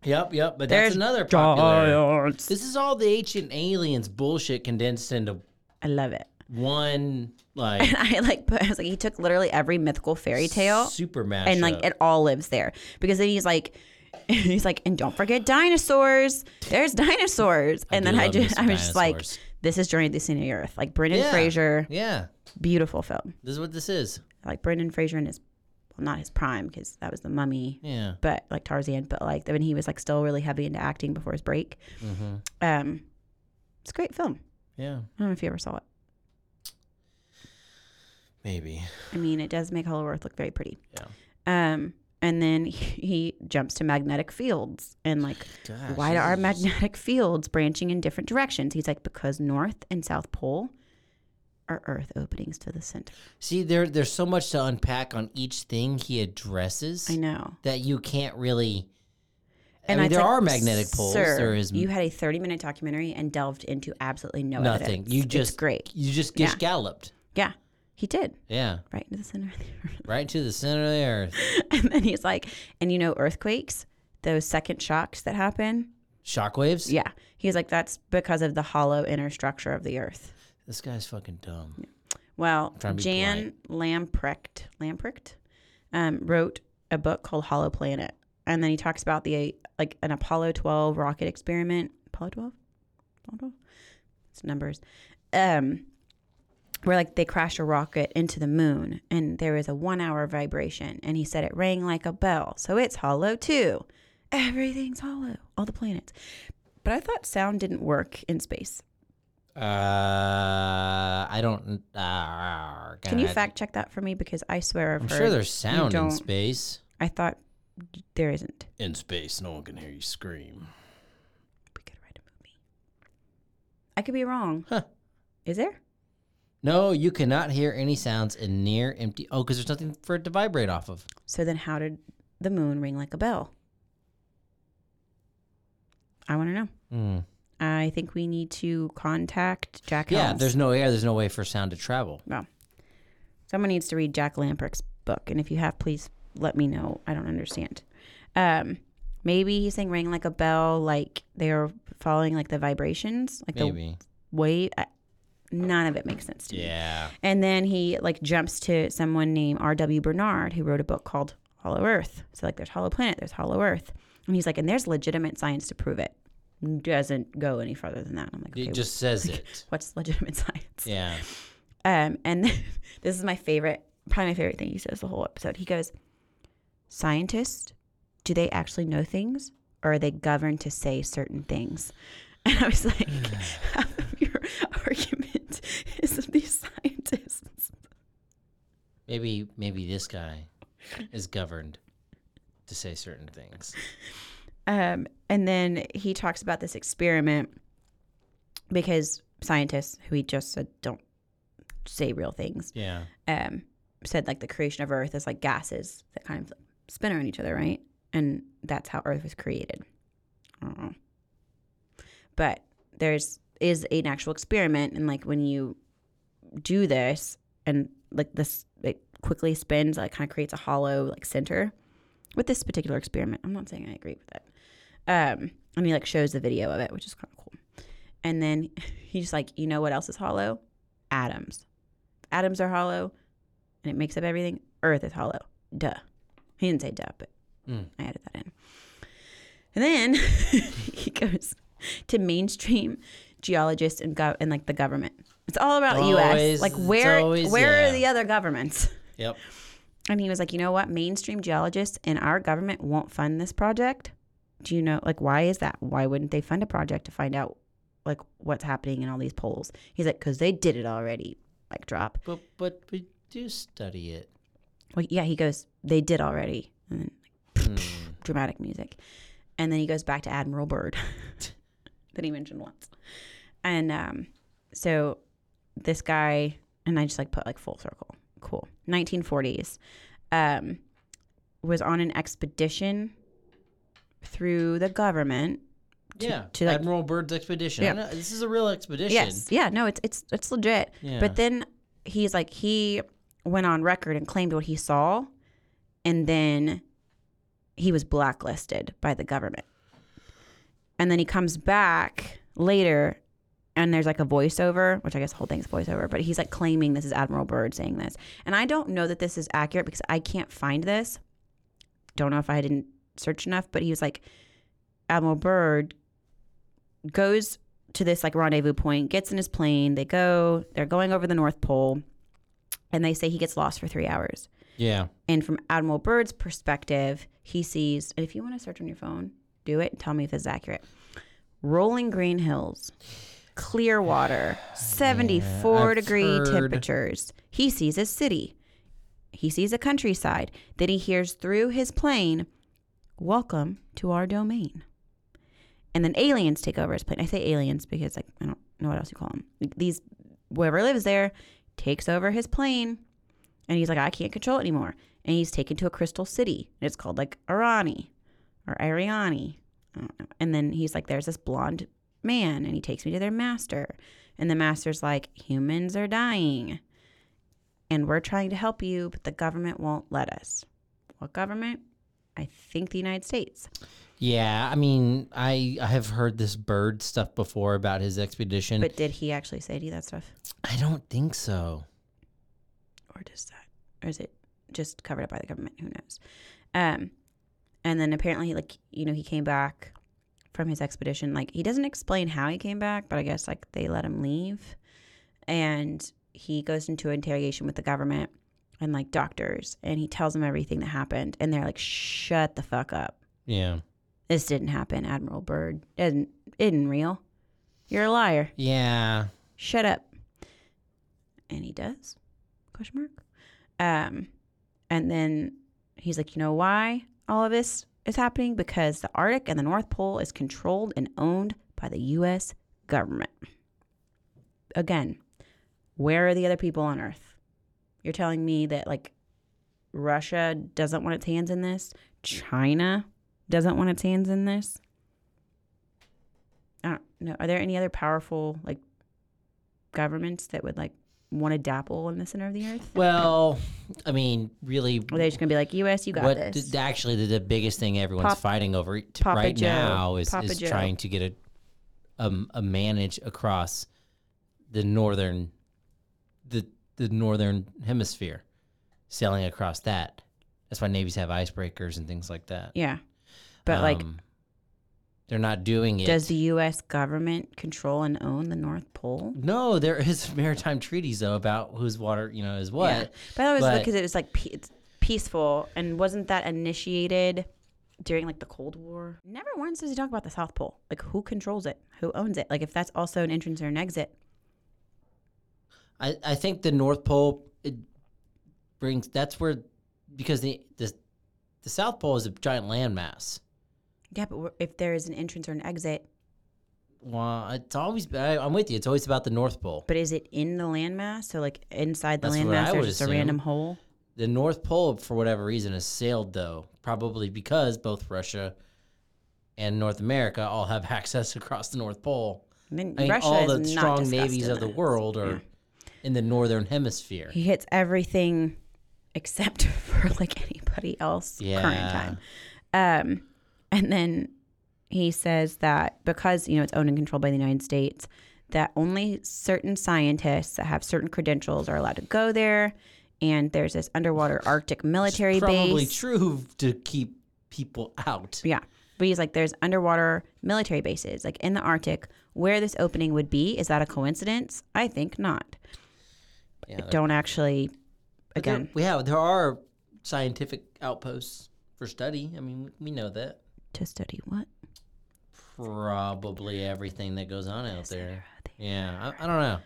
Speaker 1: Yep, yep. But
Speaker 2: There's
Speaker 1: that's another popular.
Speaker 2: giants.
Speaker 1: This is all the ancient aliens bullshit condensed into
Speaker 2: I love it. *laughs*
Speaker 1: one like
Speaker 2: And I like put, I was like, he took literally every mythical fairy tale
Speaker 1: super mashup.
Speaker 2: and like it all lives there because then he's like *laughs* he's like and don't forget dinosaurs there's dinosaurs and
Speaker 1: do
Speaker 2: then i
Speaker 1: love me
Speaker 2: just *laughs* i
Speaker 1: some
Speaker 2: was just like
Speaker 1: dinosaurs.
Speaker 2: this is journey to the scene of the earth like brendan
Speaker 1: Yeah.
Speaker 2: fraser
Speaker 1: yeah,
Speaker 2: beautiful film
Speaker 1: this is what this is.
Speaker 2: like brendan fraser in his well not his prime because that was the mummy
Speaker 1: Yeah,
Speaker 2: but like tarzan but like when he was like still really heavy into acting before his break
Speaker 1: hmm
Speaker 2: um it's a great film
Speaker 1: yeah,
Speaker 2: i don't know if you ever saw it
Speaker 1: maybe.
Speaker 2: I mean, it does make Hollow Earth look very pretty.
Speaker 1: Yeah.
Speaker 2: Um, and then *laughs* he, he jumps to magnetic fields and like,
Speaker 1: Gosh,
Speaker 2: why do our
Speaker 1: this is-
Speaker 2: magnetic *laughs* fields branching in different directions? He's like, because North and South Pole are Earth openings to the center.
Speaker 1: See, there there's so much to unpack on each thing he addresses
Speaker 2: I know.
Speaker 1: that you can't really.
Speaker 2: And
Speaker 1: I mean,
Speaker 2: it's
Speaker 1: there
Speaker 2: like,
Speaker 1: are magnetic poles.
Speaker 2: "Sir,
Speaker 1: there is
Speaker 2: You had a thirty-minute documentary and delved into absolutely no
Speaker 1: nothing.
Speaker 2: evidence.
Speaker 1: You
Speaker 2: It's
Speaker 1: just
Speaker 2: great.
Speaker 1: You just
Speaker 2: Yeah.
Speaker 1: gish galloped.
Speaker 2: Yeah, he did
Speaker 1: Yeah,
Speaker 2: right into the center of the *laughs* Earth.
Speaker 1: right to the center of the earth.
Speaker 2: and then he's like, and you know, earthquakes, those second shocks that happen.
Speaker 1: Shockwaves.
Speaker 2: Yeah. He's like, that's because of the hollow inner structure of the earth.
Speaker 1: This guy's fucking dumb.
Speaker 2: Well,
Speaker 1: trying to be
Speaker 2: Jan Lamprecht, Lamprecht um, wrote a book called Hollow Planet. And then he talks about the, like, an Apollo 12 rocket experiment. Apollo 12? Apollo 12? It's numbers. Um, where, like, they crashed a rocket into the moon and there was a one hour vibration. And he said it rang like a bell. So it's hollow too. Everything's hollow, all the planets. But I thought sound didn't work in space.
Speaker 1: Uh, I don't. Uh,
Speaker 2: Can you
Speaker 1: God.
Speaker 2: fact check that for me? Because I swear I've
Speaker 1: I'm
Speaker 2: heard.
Speaker 1: sure there's
Speaker 2: you
Speaker 1: sound in
Speaker 2: don't-
Speaker 1: space.
Speaker 2: I thought there isn't.
Speaker 1: In space, no one can hear you scream.
Speaker 2: We could write a movie. I could be wrong.
Speaker 1: Huh.
Speaker 2: Is there?
Speaker 1: No, you cannot hear any sounds in near empty. Oh, because there's nothing for it to vibrate off of.
Speaker 2: So then, how did the moon ring like a bell? I want to know.
Speaker 1: Hmm.
Speaker 2: I think we need to contact Jack.
Speaker 1: Yeah,
Speaker 2: Helms.
Speaker 1: there's no air. There's no way for sound to travel.
Speaker 2: Well, someone needs to read Jack Lamprecht's book, and if you have, please let me know. I don't understand. Um, maybe he's saying ring like a bell, like they're following like the vibrations, like the
Speaker 1: Maybe.
Speaker 2: wave. I, none of it makes sense to me.
Speaker 1: yeah.
Speaker 2: And then he like jumps to someone named R.W. Bernard who wrote a book called Hollow Earth. So like there's Hollow Planet, there's Hollow Earth. And he's like, and there's legitimate science to prove it. Doesn't go any further than that. I'm like, okay,
Speaker 1: It just says it.
Speaker 2: what's legitimate *laughs* science?
Speaker 1: Yeah.
Speaker 2: Um, and *laughs* this is my favorite, probably my favorite thing he says the whole episode. He goes, Scientists, do they actually know things or are they governed to say certain things? *laughs* And I was like,
Speaker 1: Mm.
Speaker 2: *laughs* half of your *laughs* argument is of these scientists.
Speaker 1: Maybe maybe this guy is governed to say certain things.
Speaker 2: Um, and then he talks about this experiment because scientists, who he just said don't say real things,
Speaker 1: Yeah.
Speaker 2: um, said like the creation of Earth is like gases that kind of spin around each other, right? And that's how Earth was created. I don't know. But there's is an actual experiment, and like when you do this, and like this, it quickly spins, like kind of creates a hollow like center. With this particular experiment, I'm not saying I agree with it. Um, and he like shows the video of it, which is kind of cool. And then *laughs* he's like, you know what else is hollow? Atoms atoms are hollow and it makes up everything, Earth is hollow. Duh. He didn't say duh, but
Speaker 1: Mm.
Speaker 2: I added that in. And then *laughs* he goes to mainstream geologists and gov- and like the government. It's all about
Speaker 1: Always-
Speaker 2: U.S. Like
Speaker 1: it's
Speaker 2: where
Speaker 1: always-
Speaker 2: where
Speaker 1: yeah.
Speaker 2: are the other governments?
Speaker 1: Yep.
Speaker 2: And he was like, you know what? Mainstream geologists in our government won't fund this project. Do you know, like, why is that? Why wouldn't they fund a project to find out, like, what's happening in all these polls? He's like, because they did it already. Like, drop.
Speaker 1: But but we do study it.
Speaker 2: Well, yeah, he goes, they did already. And then *laughs*
Speaker 1: Hmm.
Speaker 2: dramatic music. And then he goes back to Admiral Byrd *laughs* that he mentioned once. And um, so this guy, and I just like put like full circle. Cool. 1940s. Um, was on an expedition through the government.
Speaker 1: yeah.
Speaker 2: to, like-
Speaker 1: Admiral Byrd's expedition.
Speaker 2: Yeah.
Speaker 1: I know, this is a real expedition.
Speaker 2: Yes. Yeah. No, it's it's it's legit.
Speaker 1: Yeah.
Speaker 2: But then he's like he went on record and claimed what he saw, and then he was blacklisted by the government. And then he comes back later and there's like a voiceover, which I guess the whole thing's voiceover, but he's like claiming this is Admiral Byrd saying this. And I don't know that this is accurate because I can't find this. Don't know if I didn't search enough, but he was like, Admiral Byrd goes to this like rendezvous point, gets in his plane, they go, they're going over the North Pole, and they say he gets lost for three hours.
Speaker 1: Yeah.
Speaker 2: And from Admiral Byrd's perspective, he sees, and if you want to search on your phone, do it and tell me if this is accurate. Rolling green hills, clear water, 74
Speaker 1: I've
Speaker 2: degree
Speaker 1: heard-
Speaker 2: temperatures. He sees a city. He sees a countryside. Then he hears through his plane, Welcome to our domain. And then aliens take over his plane. I say aliens because, like, I don't know what else you call them. These, whoever lives there takes over his plane. And he's like, I can't control it anymore. And he's taken to a crystal city. And it's called like Arani or Ariani. I don't know. And then he's like, there's this blonde man. And he takes me to their master. And the master's like, humans are dying. And we're trying to help you, but the government won't let us. What government? I think the United States.
Speaker 1: Yeah. I mean, I I have heard this bird stuff before about his expedition.
Speaker 2: But did he actually say any of that stuff?
Speaker 1: I don't think so.
Speaker 2: or does that or is it just covered up by the government who knows um and then apparently like you know he came back from his expedition like he doesn't explain how he came back but i guess like they let him leave and he goes into interrogation with the government and like doctors and he tells them everything that happened and they're like shut the fuck up
Speaker 1: Yeah.
Speaker 2: this didn't happen admiral byrd isn't isn't real you're a liar
Speaker 1: Yeah.
Speaker 2: shut up and he does question mark um and then he's like you know why all of this is happening because the arctic and the north pole is controlled and owned by the us government again where are the other people on earth you're telling me that like russia doesn't want its hands in this china doesn't want its hands in this i don't know are there any other powerful like governments that would like want to dabble in the center of the earth?
Speaker 1: Well, I mean, really,
Speaker 2: Or are they just gonna be like, U.S., you got
Speaker 1: what
Speaker 2: this?
Speaker 1: th- actually the, the biggest thing everyone's
Speaker 2: Pop-
Speaker 1: fighting over t-
Speaker 2: Papa
Speaker 1: right
Speaker 2: Joe.
Speaker 1: now is,
Speaker 2: Papa
Speaker 1: is
Speaker 2: Joe.
Speaker 1: trying to get a, um, a manage across the northern the the northern hemisphere, sailing across that. That's why navies have icebreakers and things like that.
Speaker 2: yeah, but like,
Speaker 1: Um, they're not doing it.
Speaker 2: does the U.S. government control and own the North Pole?
Speaker 1: no, there is *laughs* maritime treaties though about whose water you know is what.
Speaker 2: Yeah. But I was
Speaker 1: But-
Speaker 2: because it was like pe- it's peaceful, and wasn't that initiated during like the Cold War? Never once does he talk about the South Pole. Like, who controls it? Who owns it? Like, if that's also an entrance or an exit,
Speaker 1: I, I think the North Pole it brings that's where because the the, the South Pole is a giant landmass.
Speaker 2: yeah. But wh- if there is an entrance or an exit,
Speaker 1: Well, it's always I, I'm with you. It's always about the North Pole.
Speaker 2: but is it in the landmass? So like inside the
Speaker 1: That's what I
Speaker 2: landmass,
Speaker 1: would
Speaker 2: there's just a
Speaker 1: assume.
Speaker 2: random hole.
Speaker 1: The North Pole, for whatever reason, is sailed though, probably because both Russia and North America all have *laughs* access across the North Pole.
Speaker 2: I mean,
Speaker 1: I mean,
Speaker 2: Russia
Speaker 1: all
Speaker 2: is
Speaker 1: the
Speaker 2: not
Speaker 1: strong
Speaker 2: discussed
Speaker 1: navies
Speaker 2: in
Speaker 1: of the
Speaker 2: this.
Speaker 1: world are
Speaker 2: Mm.
Speaker 1: in the northern hemisphere.
Speaker 2: He hits everything except *laughs* for like anybody else current
Speaker 1: Yeah.
Speaker 2: time. Um, and then he says that because you know it's owned and controlled by the United States, that only certain scientists that have certain credentials are allowed to go there. And there's this underwater Arctic military
Speaker 1: Probably
Speaker 2: base.
Speaker 1: true to keep people out.
Speaker 2: Yeah. But he's like, there's underwater military bases, like in the Arctic, where this opening would be. Is that a coincidence? I think not.
Speaker 1: Yeah,
Speaker 2: I don't actually,
Speaker 1: But there-
Speaker 2: again,
Speaker 1: we have there are scientific outposts for study. I mean, we know that
Speaker 2: to study what?
Speaker 1: probably everything that goes on out there. Yeah, I, I don't know.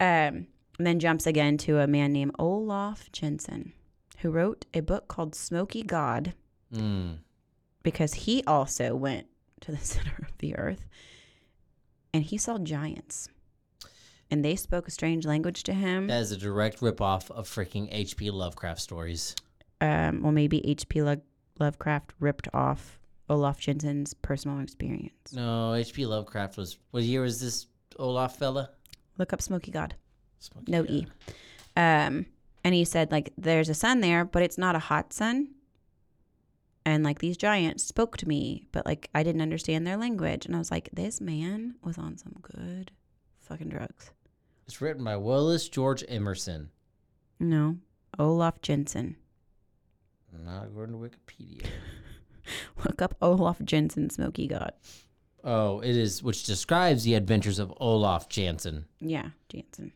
Speaker 2: Um, and then jumps again to a man named Olaf Jensen, who wrote a book called Smoky God,
Speaker 1: Mm.
Speaker 2: because he also went to the *laughs* center of the earth and he saw giants. And they spoke a strange language to him.
Speaker 1: That is a direct ripoff of freaking H.P. Lovecraft stories.
Speaker 2: Um, well, maybe H.P. Lo- Lovecraft ripped off Olaf Jensen's personal experience.
Speaker 1: No, H.P. Lovecraft was what year was this Olaf fella?
Speaker 2: Look up Smoky God.
Speaker 1: Smoky
Speaker 2: no
Speaker 1: God.
Speaker 2: e um and he said like there's a sun there but it's not a hot sun and like these giants spoke to me but like i didn't understand their language and i was like this man was on some good Fucking drugs.
Speaker 1: It's written by Willis George Emerson.
Speaker 2: No. Olaf Jensen. *laughs*
Speaker 1: Not according to Wikipedia.
Speaker 2: Look up Olaf Jensen Smoky God.
Speaker 1: Oh, it is, which describes the adventures of Olaf Jansen.
Speaker 2: Yeah, Jansen.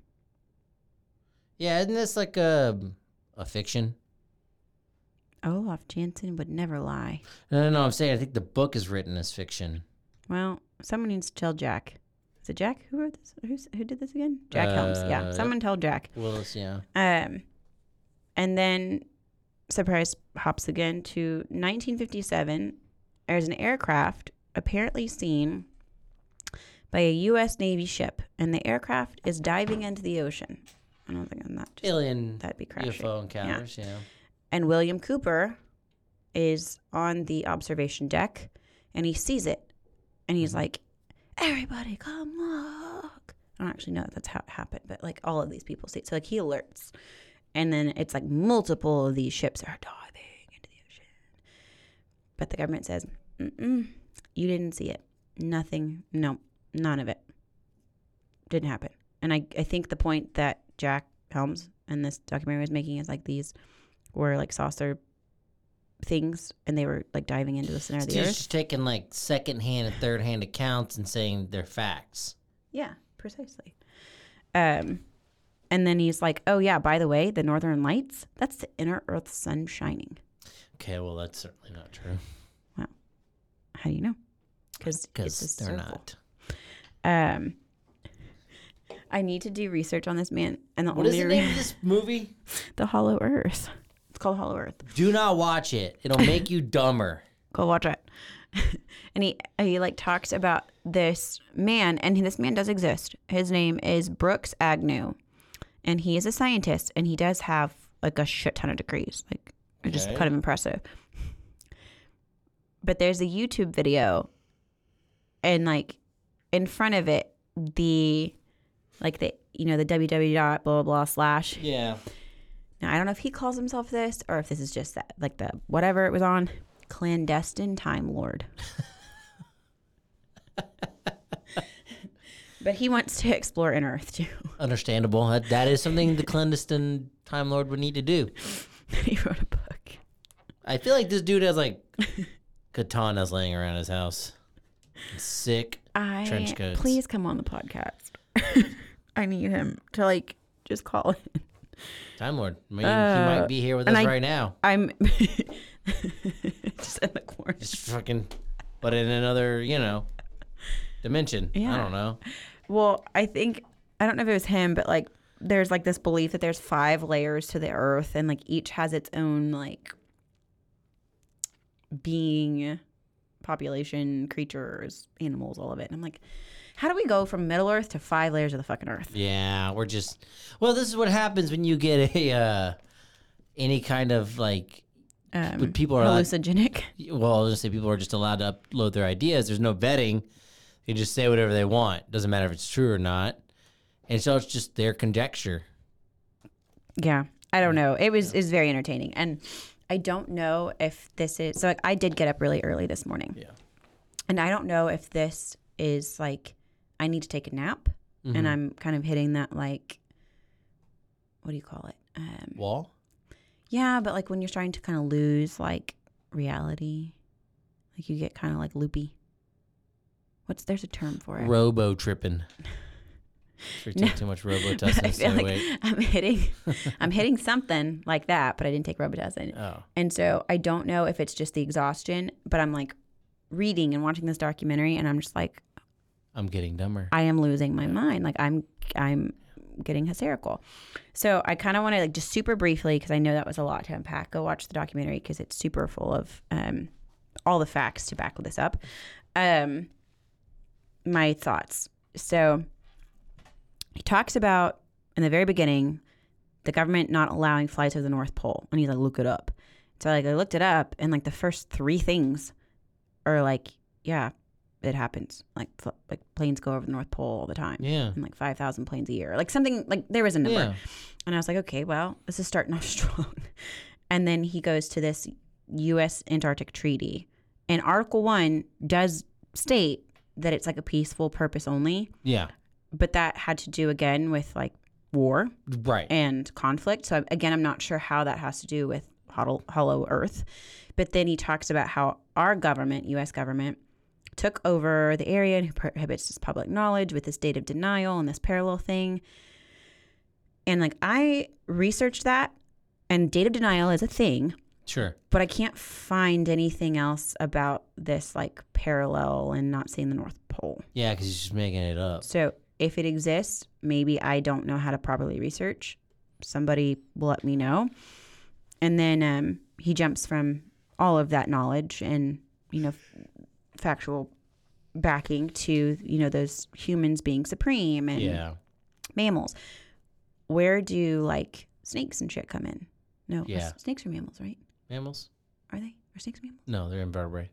Speaker 1: Yeah, isn't this like a a fiction?
Speaker 2: Olaf Jansen would never lie.
Speaker 1: No, no, no. I'm saying I think the book is written as fiction.
Speaker 2: Well, someone needs to tell Jack. Is it Jack who wrote this? Who's, who did this again? Jack Helms. Yeah,
Speaker 1: Uh,
Speaker 2: someone tell Jack.
Speaker 1: Willis, yeah.
Speaker 2: Um, and then surprise hops again to 1957. There's an aircraft apparently seen by a U.S. Navy ship, and the aircraft is diving into the ocean. I don't think I'm not. Just,
Speaker 1: Alien
Speaker 2: that'd be crashing.
Speaker 1: UFO encounters, yeah.
Speaker 2: and William Cooper is on the observation deck and he sees it and he's like, Everybody come look. I don't actually know if that's how it happened, but like all of these people see it. So like he alerts. And then it's like multiple of these ships are diving into the ocean. But the government says, Mm-mm, you didn't see it. Nothing. No, none of it. Didn't happen. And I, I think the point that Jack Helms in this documentary was making is like these were like saucer things and they were like diving into the center of
Speaker 1: It's
Speaker 2: the
Speaker 1: just
Speaker 2: earth.
Speaker 1: just taking like second hand and third hand accounts and saying they're facts.
Speaker 2: Yeah, precisely. Um, and then he's like, "Oh yeah, by the way, the Northern Lights, that's the inner Earth sun shining."
Speaker 1: Okay, well that's certainly not true
Speaker 2: How do you know? Because
Speaker 1: because they're not.
Speaker 2: Um, I need to do research on this man and the
Speaker 1: What is
Speaker 2: only
Speaker 1: the
Speaker 2: re-
Speaker 1: name of this movie?
Speaker 2: *laughs* the Hollow Earth. It's called Hollow Earth.
Speaker 1: Do not watch it. It'll make you dumber.
Speaker 2: go watch it. *laughs* and he he like talks about this man, and this man does exist. His name is Brooks Agnew, and he is a scientist, and he does have like a shit ton of degrees, like it's just
Speaker 1: Okay.
Speaker 2: kind of impressive. But there's a YouTube video, and like in front of it, the like the you know the www dot blah blah blah slash
Speaker 1: Yeah.
Speaker 2: now I don't know if he calls himself this or if this is just that, like the whatever it was on, clandestine time *laughs* lord. but he wants to explore inner Earth too. *laughs*
Speaker 1: Understandable. That, that is something the clandestine Time Lord would need to do.
Speaker 2: he wrote a book.
Speaker 1: I feel like this dude has
Speaker 2: *laughs*
Speaker 1: like katanas laying around his house. Sick.
Speaker 2: I
Speaker 1: Trench coats.
Speaker 2: please come on the podcast. *laughs* I need him to like just call him.
Speaker 1: Time Lord. I mean, he
Speaker 2: Uh,
Speaker 1: might be here with us
Speaker 2: and I-
Speaker 1: right now.
Speaker 2: I'm *laughs* just in the corner.
Speaker 1: Just fucking, but in another, you know, dimension. I
Speaker 2: Yeah.
Speaker 1: don't know.
Speaker 2: Well, I think I don't know if it was him, but like there's like this belief that there's five layers to the earth and like each has its own like being population, creatures, animals, all of it. And I'm like, how do we go from Middle Earth to five layers of the fucking earth?
Speaker 1: Yeah, we're just. Well, this is what happens when you get a uh, any kind of like.
Speaker 2: Um,
Speaker 1: But people are like-
Speaker 2: hallucinogenic.
Speaker 1: Well, I was gonna say people are just allowed to upload their ideas. There's no vetting. They just say whatever they want. Doesn't matter if it's true or not. And so it's just their conjecture.
Speaker 2: Yeah. I don't know. It was is very entertaining. And I don't know if this is so like I did get up really early this morning.
Speaker 1: Yeah.
Speaker 2: And I don't know if this is like I need to take a nap and I'm kind of hitting that like what do you call it? Um,
Speaker 1: Wall.
Speaker 2: yeah, but like when you're starting to kind of lose like reality, like you get kind of like loopy. What's there's a term for it?
Speaker 1: Robo
Speaker 2: *laughs*
Speaker 1: tripping. Sure,
Speaker 2: No.
Speaker 1: take too much robo testing
Speaker 2: *laughs* I
Speaker 1: to stay
Speaker 2: feel like
Speaker 1: awake.
Speaker 2: I'm hitting, I'm hitting something like that, but I didn't take Robitussin.
Speaker 1: Oh,
Speaker 2: And so I don't know if it's just the exhaustion, but I'm like reading and watching this documentary and I'm just like
Speaker 1: I'm getting dumber.
Speaker 2: I am losing my mind. Like I'm I'm getting hysterical. So I kind of want to like just super briefly because I know that was a lot to unpack. Go watch the documentary because it's super full of um, all the facts to back this up. Um, my thoughts. So he talks about in the very beginning the government not allowing flights over the North Pole, and he's like, look it up. So like I looked it up, and like the first three things are like, yeah, it happens. Like fl- like planes go over the North Pole all the time,
Speaker 1: Yeah.
Speaker 2: and like five thousand planes a year, like something like there was a number.
Speaker 1: Yeah.
Speaker 2: And I was like, okay, well, this is starting off *laughs* strong. And then he goes to this U.S. Antarctic Treaty, and Article One does state that it's like a peaceful purpose only.
Speaker 1: Yeah.
Speaker 2: but that had to do again with like war
Speaker 1: Right.
Speaker 2: and conflict. So again, I'm not sure how that has to do with hollow, hollow Earth. But then he talks about how our government, U.S. government, took over the area and prohibits this public knowledge with this date of denial and this parallel thing. And like I researched that, and date of denial is a thing,
Speaker 1: sure.
Speaker 2: but I can't find anything else about this like parallel and not seeing the North Pole.
Speaker 1: Yeah, because he's just making it up.
Speaker 2: So if it exists, maybe I don't know how to properly research. Somebody will let me know. And then um, he jumps from all of that knowledge and, you know, f- factual backing to, you know, those humans being supreme and
Speaker 1: Yeah.
Speaker 2: mammals. Where do like snakes and shit come in? No,
Speaker 1: Yeah.
Speaker 2: s- snakes are mammals, right?
Speaker 1: Mammals?
Speaker 2: Are they? Are snakes mammals?
Speaker 1: No, they're invertebrate.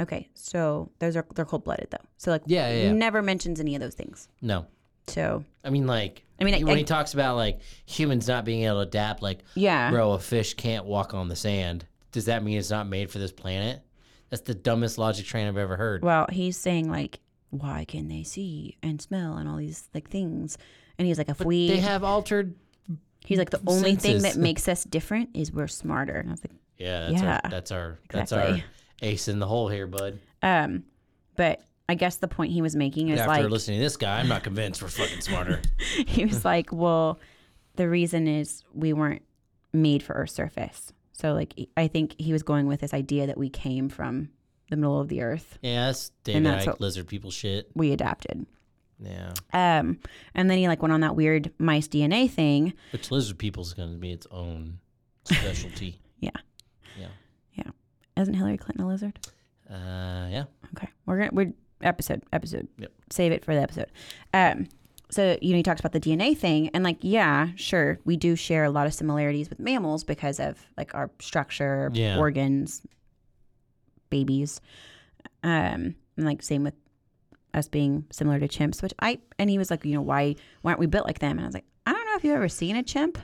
Speaker 2: Okay, so those are they're cold blooded though. So like,
Speaker 1: Yeah, yeah, yeah.
Speaker 2: never mentions any of those things.
Speaker 1: No.
Speaker 2: So
Speaker 1: I mean, like,
Speaker 2: I mean, I-
Speaker 1: he- when
Speaker 2: I-
Speaker 1: he talks about like humans not being able to adapt, like,
Speaker 2: yeah,
Speaker 1: bro, a fish can't walk on the sand. Does that mean it's not made for this planet? That's the dumbest logic train I've ever heard.
Speaker 2: Well, he's saying like, why can they see and smell and all these like things? And he's like, if we,
Speaker 1: they have altered.
Speaker 2: he's like, the only thing that
Speaker 1: senses.
Speaker 2: makes us different is we're smarter. And I was like,
Speaker 1: Yeah, that's
Speaker 2: Yeah.
Speaker 1: our that's our that's
Speaker 2: Exactly.
Speaker 1: our ace in the hole here, bud.
Speaker 2: um, but I guess the point he was making is
Speaker 1: After
Speaker 2: like,
Speaker 1: listening to this guy, I'm not convinced we're fucking
Speaker 2: *laughs*
Speaker 1: smarter.
Speaker 2: he was like, well, the reason is we weren't made for Earth's surface. So like, I think he was going with this idea that we came from the middle of the Earth.
Speaker 1: yeah, that's David
Speaker 2: that's
Speaker 1: Icke,
Speaker 2: what-
Speaker 1: lizard people shit.
Speaker 2: We adapted.
Speaker 1: Yeah,
Speaker 2: Um, and then he like went on that weird mice DNA thing.
Speaker 1: which lizard people's going to be its *laughs* own specialty.
Speaker 2: Yeah.
Speaker 1: Yeah.
Speaker 2: Isn't Hillary Clinton a lizard?
Speaker 1: Uh, yeah.
Speaker 2: Okay, we're gonna we're episode episode.
Speaker 1: Yep.
Speaker 2: Save it for the episode. Um, so you know, he talks about the DNA thing, and like, yeah, sure, we do share a lot of similarities with mammals because of like our structure,
Speaker 1: Yeah.
Speaker 2: organs, babies, um, and like same with us being similar to chimps. Which I and he was like, you know, why why aren't we built like them? And I was like, I don't know if you've ever seen a chimp,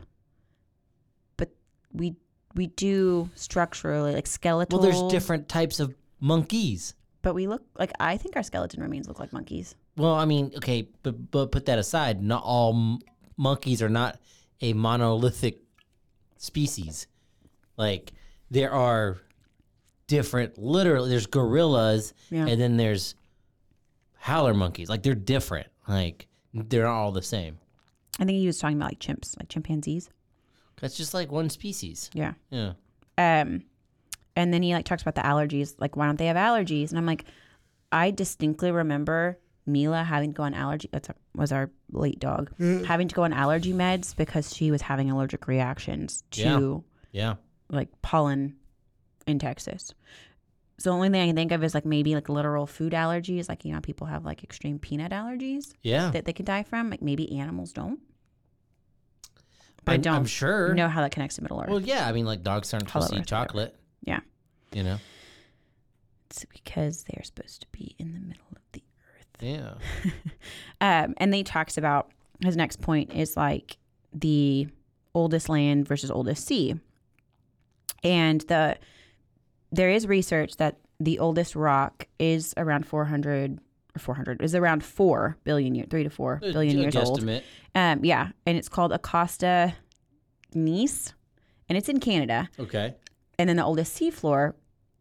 Speaker 2: but we we do structurally like skeletal.
Speaker 1: Well, there's different types of monkeys.
Speaker 2: But we look like I think our skeleton remains look like monkeys.
Speaker 1: Well, I mean, okay, but but put that aside. Not all m- monkeys are not a monolithic species. Like there are different. Literally, there's gorillas,
Speaker 2: Yeah.
Speaker 1: and then there's howler monkeys. Like they're different. Like they're not all the same.
Speaker 2: I think he was talking about like chimps, like chimpanzees.
Speaker 1: That's just like one species.
Speaker 2: Yeah.
Speaker 1: Yeah.
Speaker 2: Um, and then he like talks about the allergies. Like, why don't they have allergies? And I'm like, I distinctly remember Mila having to go on allergy. That's our, was our late dog having to go on allergy meds because she was having allergic reactions to
Speaker 1: Yeah.
Speaker 2: like pollen in Texas. So the only thing I can think of is like maybe like literal food allergies, like you know how people have like extreme peanut allergies.
Speaker 1: Yeah.
Speaker 2: that they can die from. Like maybe animals don't. But I
Speaker 1: I'm-
Speaker 2: don't
Speaker 1: I'm sure.
Speaker 2: know how that connects to Middle Earth.
Speaker 1: Well, yeah. I mean, like dogs aren't supposed to
Speaker 2: Hollow
Speaker 1: eat
Speaker 2: Earth, whatever.
Speaker 1: chocolate.
Speaker 2: Yeah.
Speaker 1: You know.
Speaker 2: it's because they are supposed to be in the middle of the earth.
Speaker 1: Yeah.
Speaker 2: Um, and then he talks about his next point is like the oldest land versus oldest sea, and the there is research that the oldest rock is around 400 or 400 is around 4 billion year 3 to 4 billion years old
Speaker 1: Guesstimate.
Speaker 2: um yeah and it's called acosta nice and it's in canada
Speaker 1: Okay.
Speaker 2: and then the oldest seafloor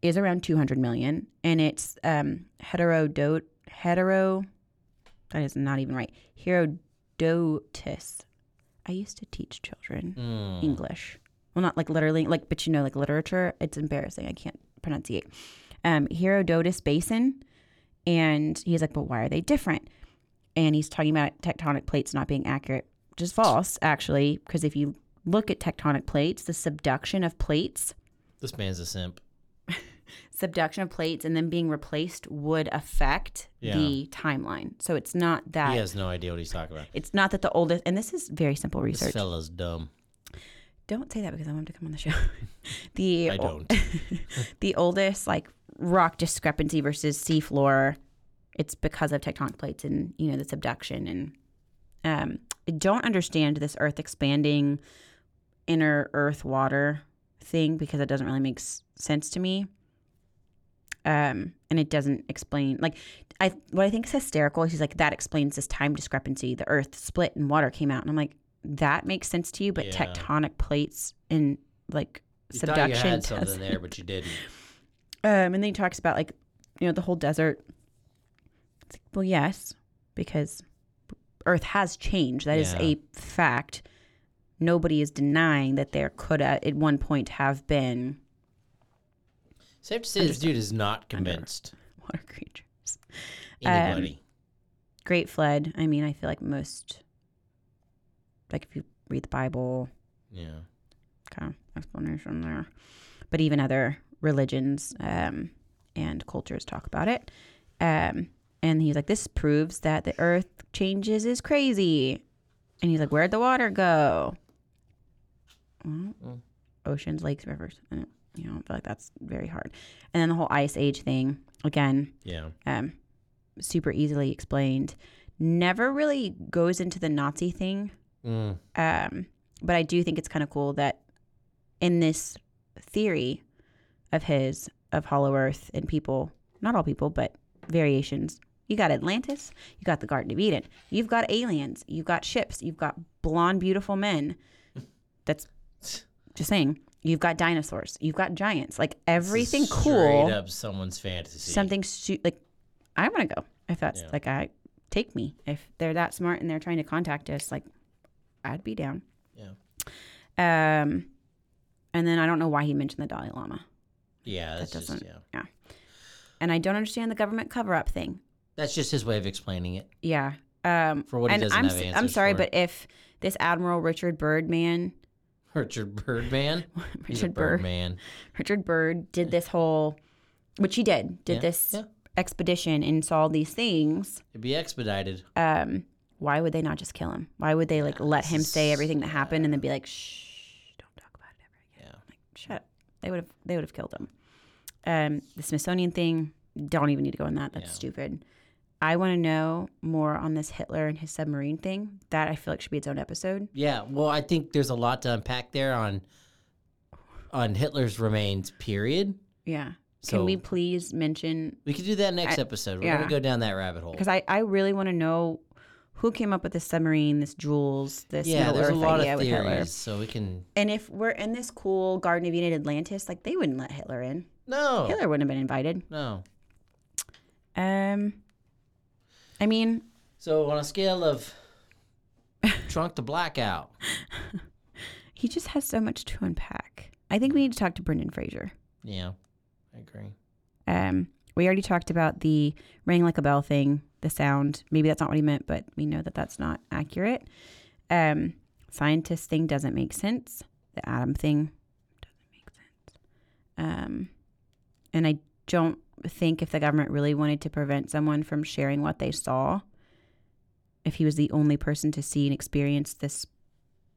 Speaker 2: is around 200 million and it's um heterodot hetero that is not even right herodotus i used to teach children
Speaker 1: Mm.
Speaker 2: english well not like literally like but you know like literature it's embarrassing i can't pronunciate um herodotus basin and he's like but why are they different and he's talking about tectonic plates not being accurate which is false actually because if you look at tectonic plates the subduction of plates
Speaker 1: This man's a simp.
Speaker 2: subduction of plates and then being replaced would affect
Speaker 1: Yeah.
Speaker 2: the timeline. So it's not that
Speaker 1: He has no idea what he's talking about.
Speaker 2: it's not that the oldest and this is very simple
Speaker 1: This
Speaker 2: research.
Speaker 1: fella's dumb.
Speaker 2: don't say that because I want him to come on the show. *laughs* the
Speaker 1: I don't.
Speaker 2: the oldest like rock discrepancy versus seafloor it's because of tectonic plates and you know the subduction and um, I don't understand this earth expanding inner earth water thing because it doesn't really make s- sense to me um, and it doesn't explain like I what I think is hysterical. She's like, that explains this time discrepancy. The Earth split and water came out, and I'm like, that makes sense to you, but
Speaker 1: Yeah.
Speaker 2: tectonic plates and like
Speaker 1: You thought you
Speaker 2: subduction.
Speaker 1: had something
Speaker 2: doesn't.
Speaker 1: there, but you didn't.
Speaker 2: Um, and then he talks about like, you know, the whole desert. It's like, well, yes, because Earth has changed. That is
Speaker 1: Yeah.
Speaker 2: a fact. Nobody is denying that there could uh, at one point have been
Speaker 1: Safe to say, this dude is not convinced
Speaker 2: water *laughs* creatures. Um,
Speaker 1: anybody.
Speaker 2: Great flood. I mean, I feel like most, like if you read the Bible,
Speaker 1: yeah.
Speaker 2: kind of explanation there, but even other religions um, and cultures talk about it. Um, and he's like, this proves that the earth changes is crazy. And he's like, where'd the water go? Well,
Speaker 1: Mm.
Speaker 2: Oceans, lakes, rivers. I don't- You know, I feel like that's very hard. And then the whole ice age thing, again,
Speaker 1: Yeah.
Speaker 2: um, super easily explained. Never really goes into the Nazi thing,
Speaker 1: Mm.
Speaker 2: um, but I do think it's kind of cool that in this theory of his of Hollow Earth and people, not all people, but variations. You got Atlantis, you got the Garden of Eden, you've got aliens, you've got ships, you've got blonde, beautiful men. That's just saying. You've got dinosaurs, you've got giants, like everything
Speaker 1: Straight
Speaker 2: cool
Speaker 1: up someone's fantasy.
Speaker 2: something su- like I want to go if that's
Speaker 1: Yeah.
Speaker 2: like I take me if they're that smart and they're trying to contact us like I'd be down.
Speaker 1: Yeah.
Speaker 2: Um, and then I don't know why he mentioned the Dalai Lama,
Speaker 1: Yeah. That's just
Speaker 2: doesn't-
Speaker 1: yeah.
Speaker 2: and I don't understand the government cover up thing.
Speaker 1: That's just his way of explaining it. *laughs*
Speaker 2: Yeah. Um,
Speaker 1: For what he
Speaker 2: and
Speaker 1: doesn't
Speaker 2: I'm
Speaker 1: have
Speaker 2: s- I'm
Speaker 1: answers
Speaker 2: sorry,
Speaker 1: for.
Speaker 2: but if this Admiral Richard Birdman,
Speaker 1: Richard
Speaker 2: *laughs*
Speaker 1: Birdman. He's a
Speaker 2: Richard Bird,
Speaker 1: Birdman.
Speaker 2: Richard Bird did this whole, which he did, did
Speaker 1: Yeah,
Speaker 2: this
Speaker 1: yeah.
Speaker 2: expedition and saw these things.
Speaker 1: It'd be expedited.
Speaker 2: um, why would they not just kill him? Why would they like let him say everything that happened and then be like, shh, don't talk about it ever again?
Speaker 1: Yeah.
Speaker 2: Like, shut up. They would have they would have killed him. Um, the Smithsonian thing, don't even need to go on that. That's
Speaker 1: Yeah.
Speaker 2: stupid. I want to know more on this Hitler and his submarine thing. That I feel like should be its own episode.
Speaker 1: Yeah. Well, I think there's a lot to unpack there on on Hitler's remains. Period.
Speaker 2: Yeah.
Speaker 1: So-
Speaker 2: Can we please mention
Speaker 1: We could do that next episode. We're
Speaker 2: yeah.
Speaker 1: gonna go down that rabbit hole.
Speaker 2: because I, I really want to know who came up with this submarine, this Jules, this
Speaker 1: yeah,
Speaker 2: Middle
Speaker 1: there's
Speaker 2: Earth
Speaker 1: a lot
Speaker 2: idea
Speaker 1: of
Speaker 2: with Hitler.
Speaker 1: theories, so we can
Speaker 2: And if we're in this cool Garden of Eden Atlantis, like they wouldn't let Hitler in.
Speaker 1: no,
Speaker 2: Hitler wouldn't have been invited.
Speaker 1: no.
Speaker 2: Um, I mean,
Speaker 1: So on a scale of *laughs* drunk to blackout,
Speaker 2: he just has so much to unpack. I think we need to talk to Brendan Fraser.
Speaker 1: yeah, I agree.
Speaker 2: Um, we already talked about the ring like a bell thing, the sound. Maybe that's not what he meant, but we know that that's not accurate. Um, scientist thing doesn't make sense. The atom thing doesn't make sense. Um, and I don't think if the government really wanted to prevent someone from sharing what they saw, if he was the only person to see and experience this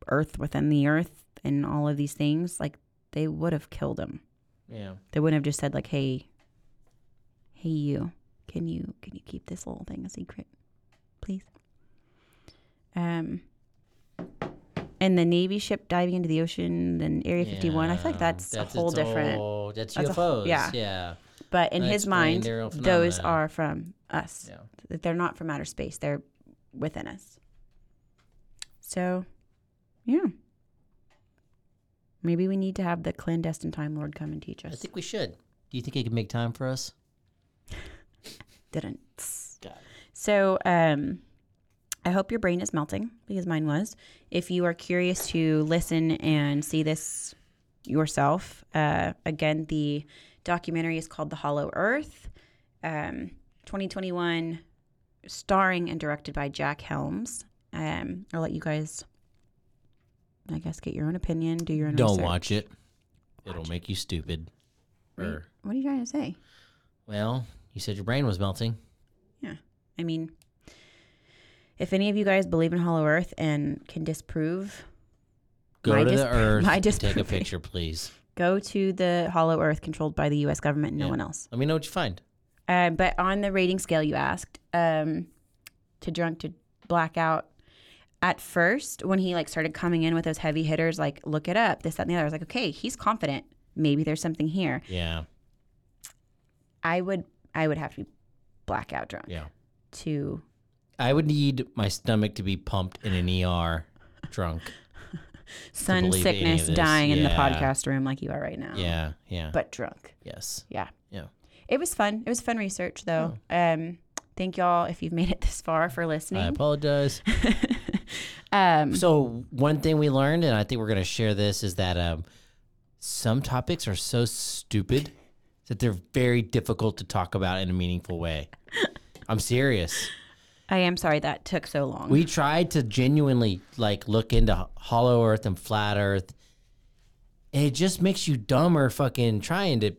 Speaker 2: earth within the earth and all of these things, like they would have killed him
Speaker 1: Yeah,
Speaker 2: they wouldn't have just said like hey hey you can you can you keep this little thing a secret please um and the navy ship diving into the ocean and area 51 i feel
Speaker 1: Yeah,
Speaker 2: like that's, a whole
Speaker 1: its
Speaker 2: different
Speaker 1: whole- that's
Speaker 2: that's a
Speaker 1: UFOs.
Speaker 2: whole-
Speaker 1: yeah,
Speaker 2: yeah.
Speaker 1: yeah,
Speaker 2: but in
Speaker 1: That
Speaker 2: his
Speaker 1: explained
Speaker 2: mind
Speaker 1: aerial
Speaker 2: those
Speaker 1: phenomena.
Speaker 2: are from us
Speaker 1: yeah.
Speaker 2: that they're not from outer space they're within us so yeah maybe we need to have the clandestine time lord come and teach
Speaker 1: I
Speaker 2: us
Speaker 1: think we should. Do you think he can make time for us?
Speaker 2: didn't
Speaker 1: God.
Speaker 2: So, um, I hope your brain is melting because mine was. If you are curious to listen and see this yourself, uh, again, the documentary is called The Hollow Earth, um, 2021, starring and directed by Jack Helms. Um, I'll let you guys, I guess, get your own opinion, do your own
Speaker 1: Don't
Speaker 2: research.
Speaker 1: watch it. It'll make you stupid. Or,
Speaker 2: What are you trying to say?
Speaker 1: well, you said your brain was melting.
Speaker 2: Yeah. I mean, if any of you guys believe in Hollow Earth and can disprove,
Speaker 1: Go to
Speaker 2: My
Speaker 1: the
Speaker 2: dis- *laughs*
Speaker 1: earth.
Speaker 2: my
Speaker 1: and take a
Speaker 2: disproof-
Speaker 1: picture, please.
Speaker 2: go to the Hollow Earth controlled by the U.S. government, and no
Speaker 1: Yeah.
Speaker 2: one else.
Speaker 1: Let me know what you find.
Speaker 2: Uh, but on the rating scale, you asked um, to drunk to blackout. At first, when he like started coming in with those heavy hitters, like look it up, this, that, and the other, I was like, okay, he's confident. Maybe there's something here.
Speaker 1: Yeah.
Speaker 2: I would, I would have to be blackout drunk
Speaker 1: Yeah.
Speaker 2: to
Speaker 1: I would need my stomach to be pumped in an ER drunk.
Speaker 2: sun
Speaker 1: believe any of
Speaker 2: sickness
Speaker 1: this.
Speaker 2: dying in the
Speaker 1: Yeah.
Speaker 2: podcast room like you are right now.
Speaker 1: Yeah. Yeah.
Speaker 2: But drunk.
Speaker 1: yes.
Speaker 2: Yeah.
Speaker 1: Yeah.
Speaker 2: It was fun. It was fun research though. Um thank y'all if you've made it this far for
Speaker 1: Hmm. I
Speaker 2: listening.
Speaker 1: apologize.
Speaker 2: *laughs* Um
Speaker 1: so one thing we learned, and I think we're going to share this, is that um, some topics are so stupid that they're very difficult to talk about in a meaningful way. I'm serious.
Speaker 2: I am sorry that took so long.
Speaker 1: We tried to genuinely like look into ho- Hollow Earth and Flat Earth, and it just makes you dumber fucking trying to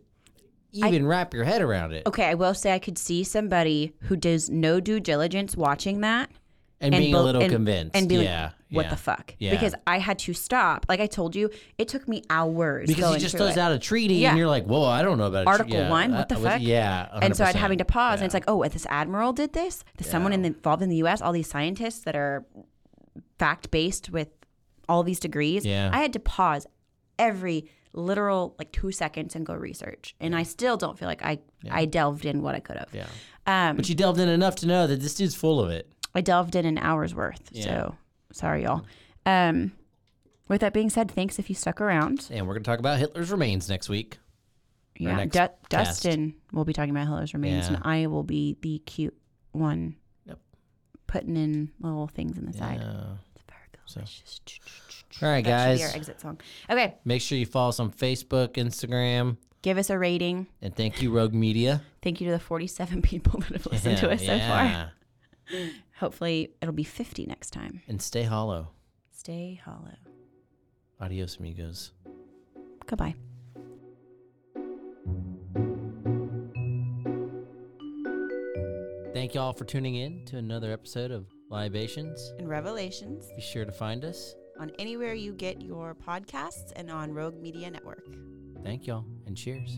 Speaker 1: even wrap your head around it
Speaker 2: okay, I will say I could see somebody who does no due diligence watching that
Speaker 1: and, being a
Speaker 2: bel-
Speaker 1: little
Speaker 2: and-
Speaker 1: convinced.
Speaker 2: and be like,
Speaker 1: yeah,
Speaker 2: what
Speaker 1: yeah.
Speaker 2: the fuck?
Speaker 1: Yeah.
Speaker 2: Because I had to stop. Like I told you, it took me hours
Speaker 1: because
Speaker 2: going
Speaker 1: he just
Speaker 2: through
Speaker 1: throws
Speaker 2: it.
Speaker 1: out a treaty
Speaker 2: Yeah.
Speaker 1: and you're like, whoa, I don't know about a tre-
Speaker 2: Article
Speaker 1: yeah,
Speaker 2: one?
Speaker 1: I-
Speaker 2: What the
Speaker 1: I was-
Speaker 2: fuck?
Speaker 1: yeah,
Speaker 2: and so I'd
Speaker 1: 100%.
Speaker 2: having to pause, and it's like, oh, this admiral did this. This someone in the, involved in the U.S. All these scientists that are fact based with all these degrees.
Speaker 1: Yeah.
Speaker 2: I had to pause every literal like two seconds and go research, and I still don't feel like I I delved in what I could have.
Speaker 1: Yeah.
Speaker 2: Um,
Speaker 1: But you delved in enough to know that this dude's full of it.
Speaker 2: I delved in an hour's worth.
Speaker 1: Yeah.
Speaker 2: So sorry, y'all. Um, with that being said, thanks if you stuck around.
Speaker 1: And we're going to talk about Hitler's remains next week.
Speaker 2: Yeah,
Speaker 1: next
Speaker 2: Du-
Speaker 1: cast.
Speaker 2: Dustin will be talking about Hello's Remains,
Speaker 1: Yeah.
Speaker 2: and I will be the cute one
Speaker 1: Yep.
Speaker 2: putting in little things in the side.
Speaker 1: Uh,
Speaker 2: It's very good.
Speaker 1: So-
Speaker 2: It's just-
Speaker 1: all right,
Speaker 2: That should be our
Speaker 1: guys.
Speaker 2: exit song. Okay,
Speaker 1: Make sure you follow us on Facebook, Instagram.
Speaker 2: give us a rating.
Speaker 1: And thank you, Rogue Media.
Speaker 2: Thank you to the 47 *laughs* people that have listened to us so far.
Speaker 1: Yeah.
Speaker 2: Hopefully, it'll be 50 next time.
Speaker 1: And stay hollow.
Speaker 2: Stay hollow.
Speaker 1: Adios, amigos.
Speaker 2: Goodbye.
Speaker 1: Thank you all for tuning in to another episode of Libations.
Speaker 2: And Revelations
Speaker 1: Be sure to find us.
Speaker 2: on anywhere you get your podcasts and on Rogue Media Network.
Speaker 1: Thank y'all and cheers.